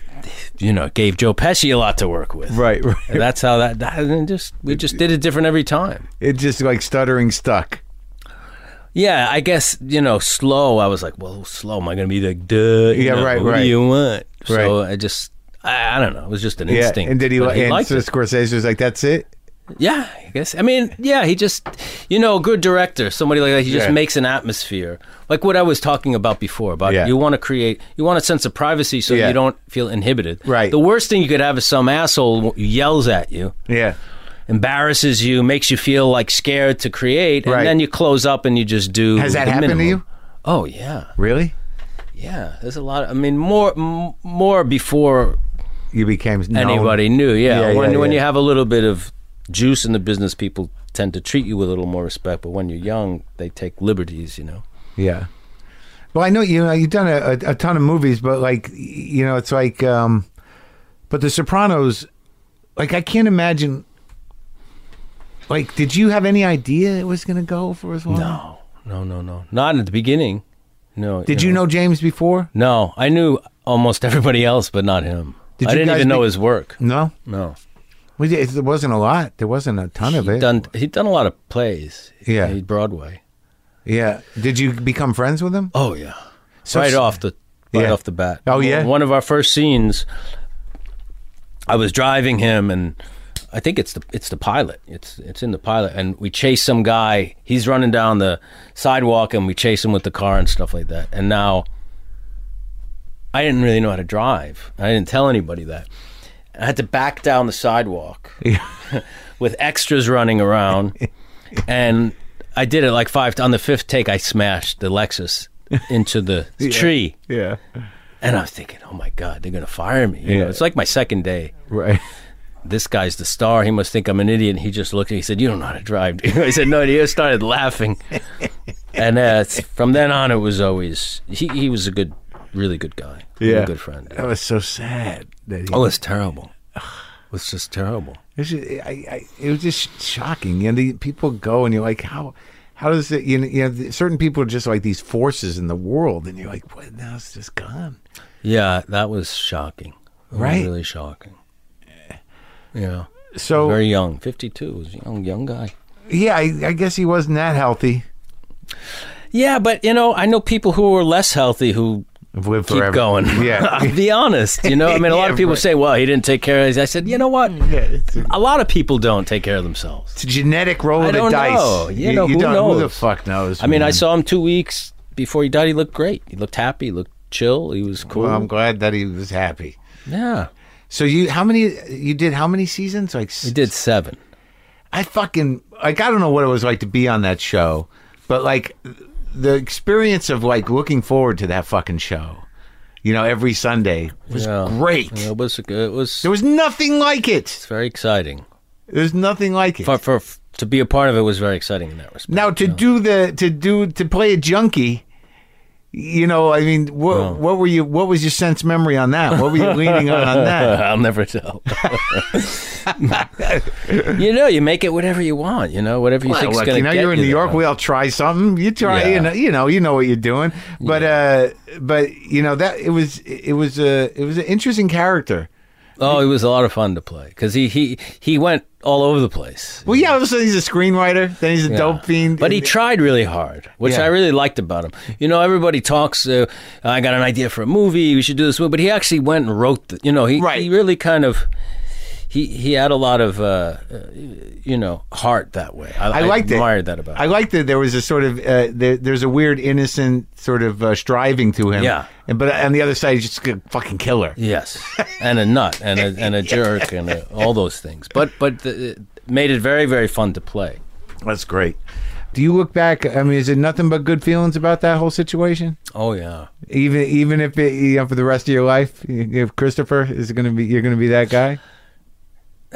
B: you know, gave Joe Pesci a lot to work with.
A: Right, right.
B: And that's how that, that and just we just did it different every time.
A: It's just like stuttering stuck.
B: Yeah, I guess you know, slow. I was like, well, slow. Am I going to be like, duh? you
A: Yeah,
B: know,
A: right,
B: What
A: right.
B: do you want? So
A: Right.
B: I just, I, I don't know. It was just an instinct.
A: Yeah, and did he?
B: but
A: li- and
B: liked
A: so
B: it.
A: Scorsese was like, "That's it."
B: Yeah, I guess. I mean, yeah, he just, you know, a good director, somebody like that, he just
A: Yeah.
B: makes an atmosphere. Like what I was talking about before about
A: Yeah.
B: you want to create, you want a sense of privacy so
A: Yeah.
B: you don't feel inhibited.
A: Right.
B: The worst thing you could have is some asshole who yells at you,
A: Yeah,
B: embarrasses you, makes you feel like scared to create, and
A: Right.
B: then you close up and you just do.
A: Has that
B: the
A: happened to
B: minimum.
A: you?
B: Oh, yeah.
A: really?
B: Yeah. There's a lot. Of, I mean, more, m- more before
A: You became known.
B: anybody knew. Yeah,
A: Yeah,
B: when
A: yeah,
B: when
A: yeah.
B: you have a little bit of juice in the business, people tend to treat you with a little more respect. But when you're young, they take liberties. You know.
A: Yeah. Well, I know you know you've done a, a, a ton of movies, but like y- you know, it's like, um but The Sopranos, like I can't imagine. Like, did you have any idea it was going to go for as long?
B: No, no, no, no. Not at the beginning. No.
A: Did you know James before?
B: No, I knew almost everybody else, but not him.
A: Did
B: I
A: you
B: didn't
A: guys
B: even know
A: be-
B: his work.
A: No,
B: No.
A: we did, there wasn't a lot. There wasn't a ton of
B: He'd
A: it.
B: done he'd done a lot of plays.
A: Yeah.
B: He- Broadway.
A: Yeah. Did you become friends with him?
B: Oh yeah.
A: So
B: right
A: s-
B: off the right
A: Yeah.
B: off the bat.
A: Oh,
B: One-
A: yeah?
B: One of our first scenes I was driving him and I think it's the it's the pilot. It's it's in the pilot and we chase some guy. He's running down the sidewalk and we chase him with the car and stuff like that. And now I didn't really know how to drive. I didn't tell anybody that. I had to back down the sidewalk with extras running around. and I did it like five on the fifth take. I smashed the Lexus into the tree,
A: Yeah.
B: and I was thinking, "Oh my God, they're gonna fire me!" You know,
A: Yeah.
B: it's like my second day.
A: Right.
B: This guy's the star. He must think I'm an idiot. He just looked at. me, He said, "You don't know how to drive." do you?" I said, "No." And he just started laughing, and uh, it's- from then on, it was always he. He was a good, really good guy. Really
A: Yeah.
B: good friend.
A: That was so sad. That he,
B: Oh, it's terrible. It was just terrible.
A: It's just, I, I, it was just shocking. You know, the people go and you're like, how, how does it? You know, you know, the- certain people are just like these forces in the world, and you're like, what? Now it's just gone.
B: Yeah, that was shocking. It was
A: Right.
B: really shocking. Yeah.
A: So
B: Very young, fifty-two. Was a young, young guy.
A: yeah, I, I guess he wasn't that healthy.
B: Yeah, but you know, I know people who are less healthy who
A: I've lived
B: keep
A: forever.
B: going.
A: Yeah.
B: I'll be honest. You know, I mean, a lot
A: Yeah,
B: of people
A: right.
B: say, "Well, he didn't take care of." His. I said, "You know what?
A: yeah, it's a,
B: A lot of people don't take care of themselves."
A: it's a genetic roll
B: I
A: of the
B: don't
A: dice.
B: know. You know, who
A: don't, Who the
B: knows?
A: fuck knows?
B: I mean, I
A: man?
B: saw him two weeks before he died. He
A: um,
B: looked great. He looked happy. He looked chill. He was cool.
A: Well, I'm glad that he was happy.
B: yeah.
A: So you how many you did how many seasons? Like
B: We did seven.
A: I fucking like I don't know what it was like to be on that show, but like the experience of like looking forward to that fucking show, you know, every Sunday was
B: Yeah.
A: great.
B: It was a good. It was
A: There was nothing like it.
B: very exciting.
A: There's nothing like it.
B: For, for to be a part of it was very exciting in that respect.
A: Now to do the to do to play a junkie, you know, I mean, what what were you? What was your sense memory on that? What were you leaning on on that?
B: I'll never tell. you know, you make it whatever you want. You know, whatever you
A: Well,
B: think's
A: look,
B: going to
A: you know,
B: get
A: you're in
B: you
A: New
B: there.
A: York. We all try something. You try,
B: Yeah.
A: you, know, you know, you know what you're doing. But uh, but you know that it was it was a it was an interesting character.
B: Oh, it was a lot of fun to play because he he he went all over the place.
A: Well, yeah. All of a sudden he's a screenwriter. Then he's a dope fiend.
B: But he
A: and-
B: tried really hard, which
A: Yeah.
B: I really liked about him. You know, everybody talks. Uh, I got an idea for a movie. We should do this movie. But he actually went and wrote. The, you know, he
A: Right.
B: he really kind of he he had a lot of uh, uh, you know heart that way. I,
A: I liked it.
B: admired that about.
A: I
B: him.
A: liked that there was a sort of uh, there, there's a weird innocent sort of uh, striving to him.
B: Yeah.
A: And but on the other side, he's just a fucking killer.
B: Yes, and a nut, and a and a jerk, and a, all those things. But but the, it made it very very fun to play.
A: That's great. Do you look back? I mean, is it nothing but good feelings about that whole situation?
B: Oh yeah.
A: Even even if it, you know for the rest of your life, if Christopher is going to be, you're going to be that guy.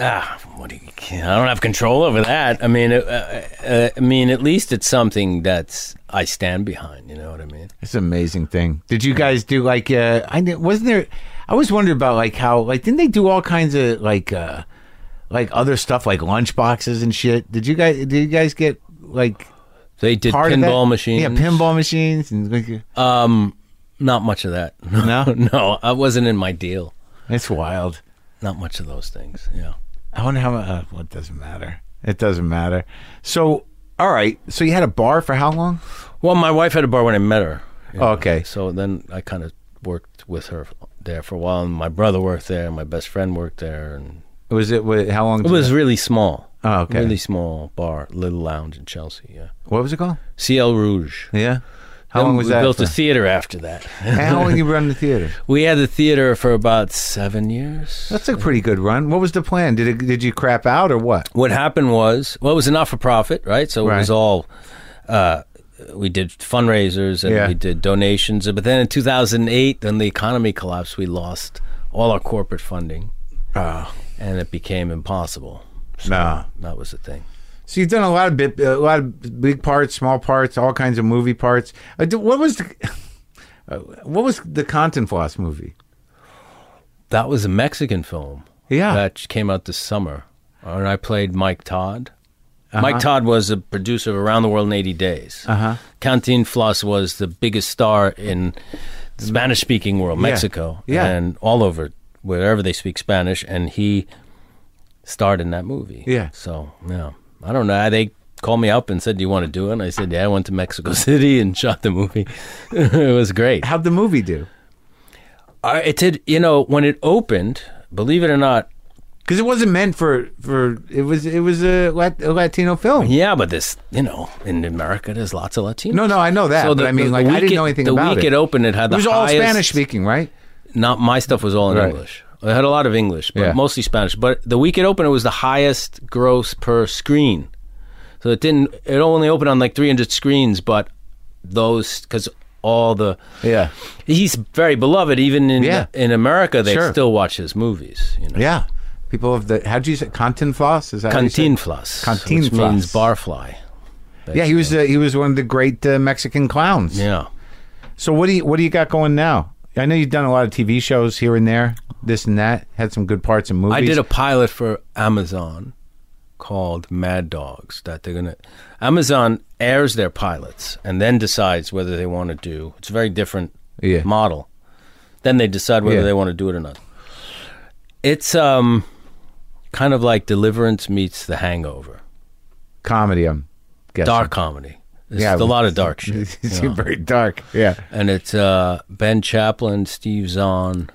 B: Ah, what do you, I don't have control over that. I mean, uh, uh, I mean, at least it's something that's I stand behind. You know what I mean?
A: It's an amazing thing. Did you guys do like? Uh, I kn- wasn't there. I always wondered about like how like didn't they do all kinds of like uh like other stuff like lunch boxes and shit? Did you guys did you guys get like
B: They did
A: part of that?
B: pinball machines.
A: Yeah, pinball machines and like,
B: Um, not much of that.
A: No?
B: no, I wasn't in my deal.
A: it's wild.
B: Not much of those things. Yeah.
A: I wonder how. mu- Uh, well, it doesn't matter. It doesn't matter. So all right. So you had a bar for how long?
B: Well, my wife had a bar when I met her. you know,
A: Okay.
B: So then I kind of worked with her there for a while, and my brother worked there, and my best friend worked there, and
A: Was it? wa- How long?
B: it was really small.
A: Oh, okay.
B: Really small bar, little lounge in Chelsea. Yeah.
A: What was it called?
B: CL Rouge.
A: Yeah. How
B: Then
A: long was
B: we
A: that?
B: built
A: for?
B: a theater after that.
A: And how long you run the theater?
B: we had the theater for about seven years.
A: That's a pretty good run. What was the plan? Did it, did you crap out or what?
B: What happened was, well, it was a not for profit, right? So it was
A: Right.
B: all. Uh, we did fundraisers and
A: Yeah.
B: we did donations, but then in 2008, when the economy collapsed, we lost all our corporate funding, Uh,
A: Oh
B: and it became impossible. So
A: no.
B: that was the thing.
A: So you've done a lot of bit, a lot of big parts, small parts, all kinds of movie parts. Uh, d- What was the, uh, what was the Content Floss movie?
B: That was a Mexican film.
A: Yeah.
B: That came out this summer. And I played Mike Todd. Mike Todd was a producer of Around the World in 80 Days.
A: Uh-huh.
B: Cantin Floss was the biggest star in the Spanish speaking world, Mexico,
A: Yeah.
B: and all over, wherever they speak Spanish. And he starred in that movie.
A: Yeah.
B: So, yeah. I don't know. They called me up and said, Do you want to do it? And I said, Yeah, I went to Mexico City and shot the movie. it was great.
A: How'd the movie do?
B: I, it did, you know, when it opened, believe it or not,
A: Because it wasn't meant for for it was it was a, Lat- a Latino film.
B: Yeah, but this, you know, in America, there's lots of Latinos.
A: No, no, I know that. but I mean, like, I
B: week
A: didn't
B: it-
A: know anything
B: the
A: about
B: week
A: it.
B: it opened, it had
A: It was
B: the
A: all
B: highest-
A: Spanish speaking, right?
B: Not my stuff was all in
A: Right.
B: English. I had a lot of English, but
A: Yeah.
B: mostly Spanish. But the week it opened, it was the highest gross per screen. So it didn't. It only opened on like 300 screens, but those because all the
A: Yeah.
B: he's very beloved even in
A: Yeah.
B: in America. They
A: Sure.
B: still watch his movies. You know,
A: Yeah. People of the how'd you say Content Floss? Is that how you say it?
B: Cantinflas, which
A: Cantinflas.
B: means barfly.
A: Yeah, he was uh, he was one of the great uh, Mexican clowns.
B: Yeah.
A: So what do you what do you got going now? I know you've done a lot of TV shows here and there, this and that. Had some good parts in movies.
B: I did a pilot for Amazon called Mad Dogs that they're gonna. Amazon airs their pilots and then decides whether they want to do. It's a very different
A: Yeah.
B: model. Then they decide whether
A: Yeah.
B: they want to do it or not. It's um, kind of like Deliverance meets The Hangover,
A: comedy. I'm guessing.
B: dark comedy. It's
A: Yeah,
B: a lot of dark shit,
A: It's
B: you know.
A: very dark. Yeah.
B: and it's uh, Ben Chaplin, Steve Zahn,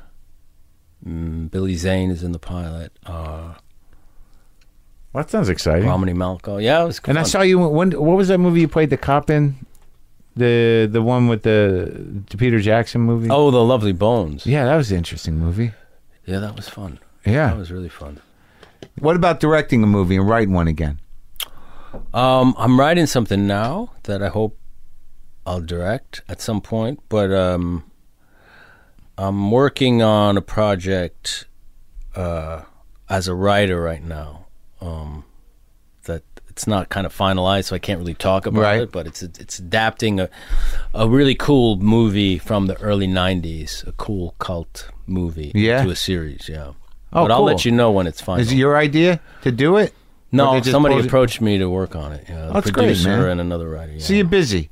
B: mm, Billy Zane is in the pilot. Uh,
A: Well, that sounds exciting.
B: Romney Malco, yeah, it was.
A: and I
B: fun.
A: saw you. When, what was that movie you played the cop in? The the one with the, the Peter Jackson movie.
B: Oh, the Lovely Bones.
A: yeah, that was an interesting movie.
B: Yeah, that was fun.
C: Yeah.
B: That was really fun.
C: What about directing a movie and writing one again?
B: Um, I'm writing something now that I hope I'll direct at some point, but um, I'm working on a project uh, as a writer right now. Um, that it's not kind of finalized, so I can't really talk about
C: Right.
B: it. But it's it's adapting a a really cool movie from the early '90s, a cool cult movie,
C: Yeah.
B: to a series. Yeah.
C: Oh,
B: but I'll
C: cool.
B: let you know when it's final.
C: Is it your idea to do it? Or
B: No,
C: they just
B: somebody
C: pulled it-
B: approached me to work on it. Yeah, the
C: That's great,
B: producer
C: man.
B: and another writer. Yeah.
C: So you're busy.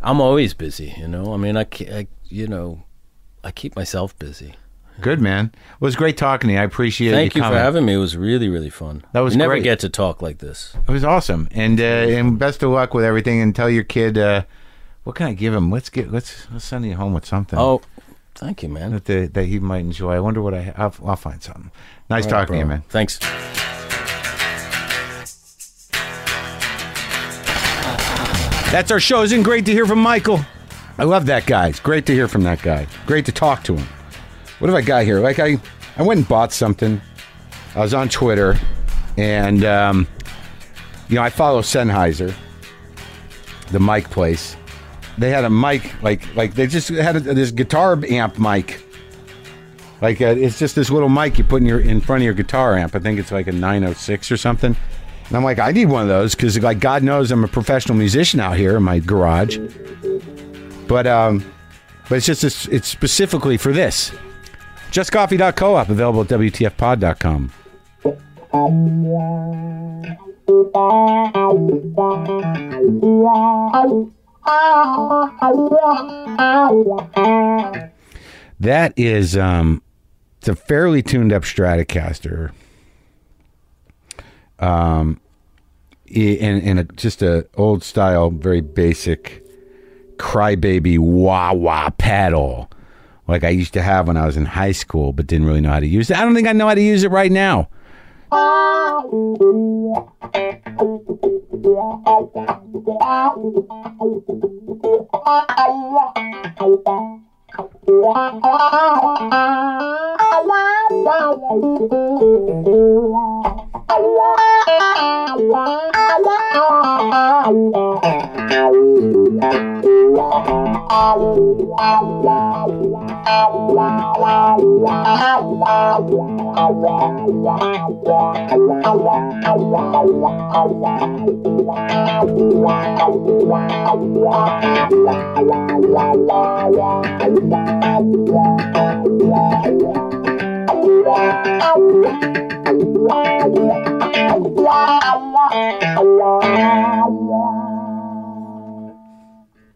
B: I'm always busy. You know, I mean, I, ca- I you know, I keep myself busy.
C: Good man. Well, it was great talking to you. I appreciate
B: Thank
C: you
B: you
C: coming.
B: for having me. It was really really fun.
C: That was
B: you never
C: great.
B: get to talk like this.
C: It was awesome, and uh, and best of luck with everything. And tell your kid, uh, what can I give him? Let's get let's let's send you home with something.
B: Oh, thank you, man.
C: that the, that he might enjoy. I wonder what I ha- I'll, I'll find something. Nice
B: All right,
C: talking to you,
B: bro.
C: man.
B: Thanks.
A: That's our show. Isn't it great to hear from Michael? I love that guy. It's great to hear from that guy. Great to talk to him. What have I got here? Like I, I went and bought something. I was on Twitter, and um, you know I follow Sennheiser, the mic place. They had a mic like like they just had a, this guitar amp mic. Like uh it's just this little mic you put in your in front of your guitar amp. I think it's like a 906 or something. And I'm like, I need one of those because like God knows I'm a professional musician out here in my garage. But um, but it's just it's, it's specifically for this. JustCoffee.coop available at WTFpod.com. That is um, it's a fairly tuned up Stratocaster. Um, i- and and a, just a old style, very basic crybaby wah wah paddle, like I used to have when I was in high school, but didn't really know how to use it. I don't think I know how to use it right now.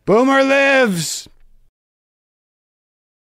A: Boomer lives.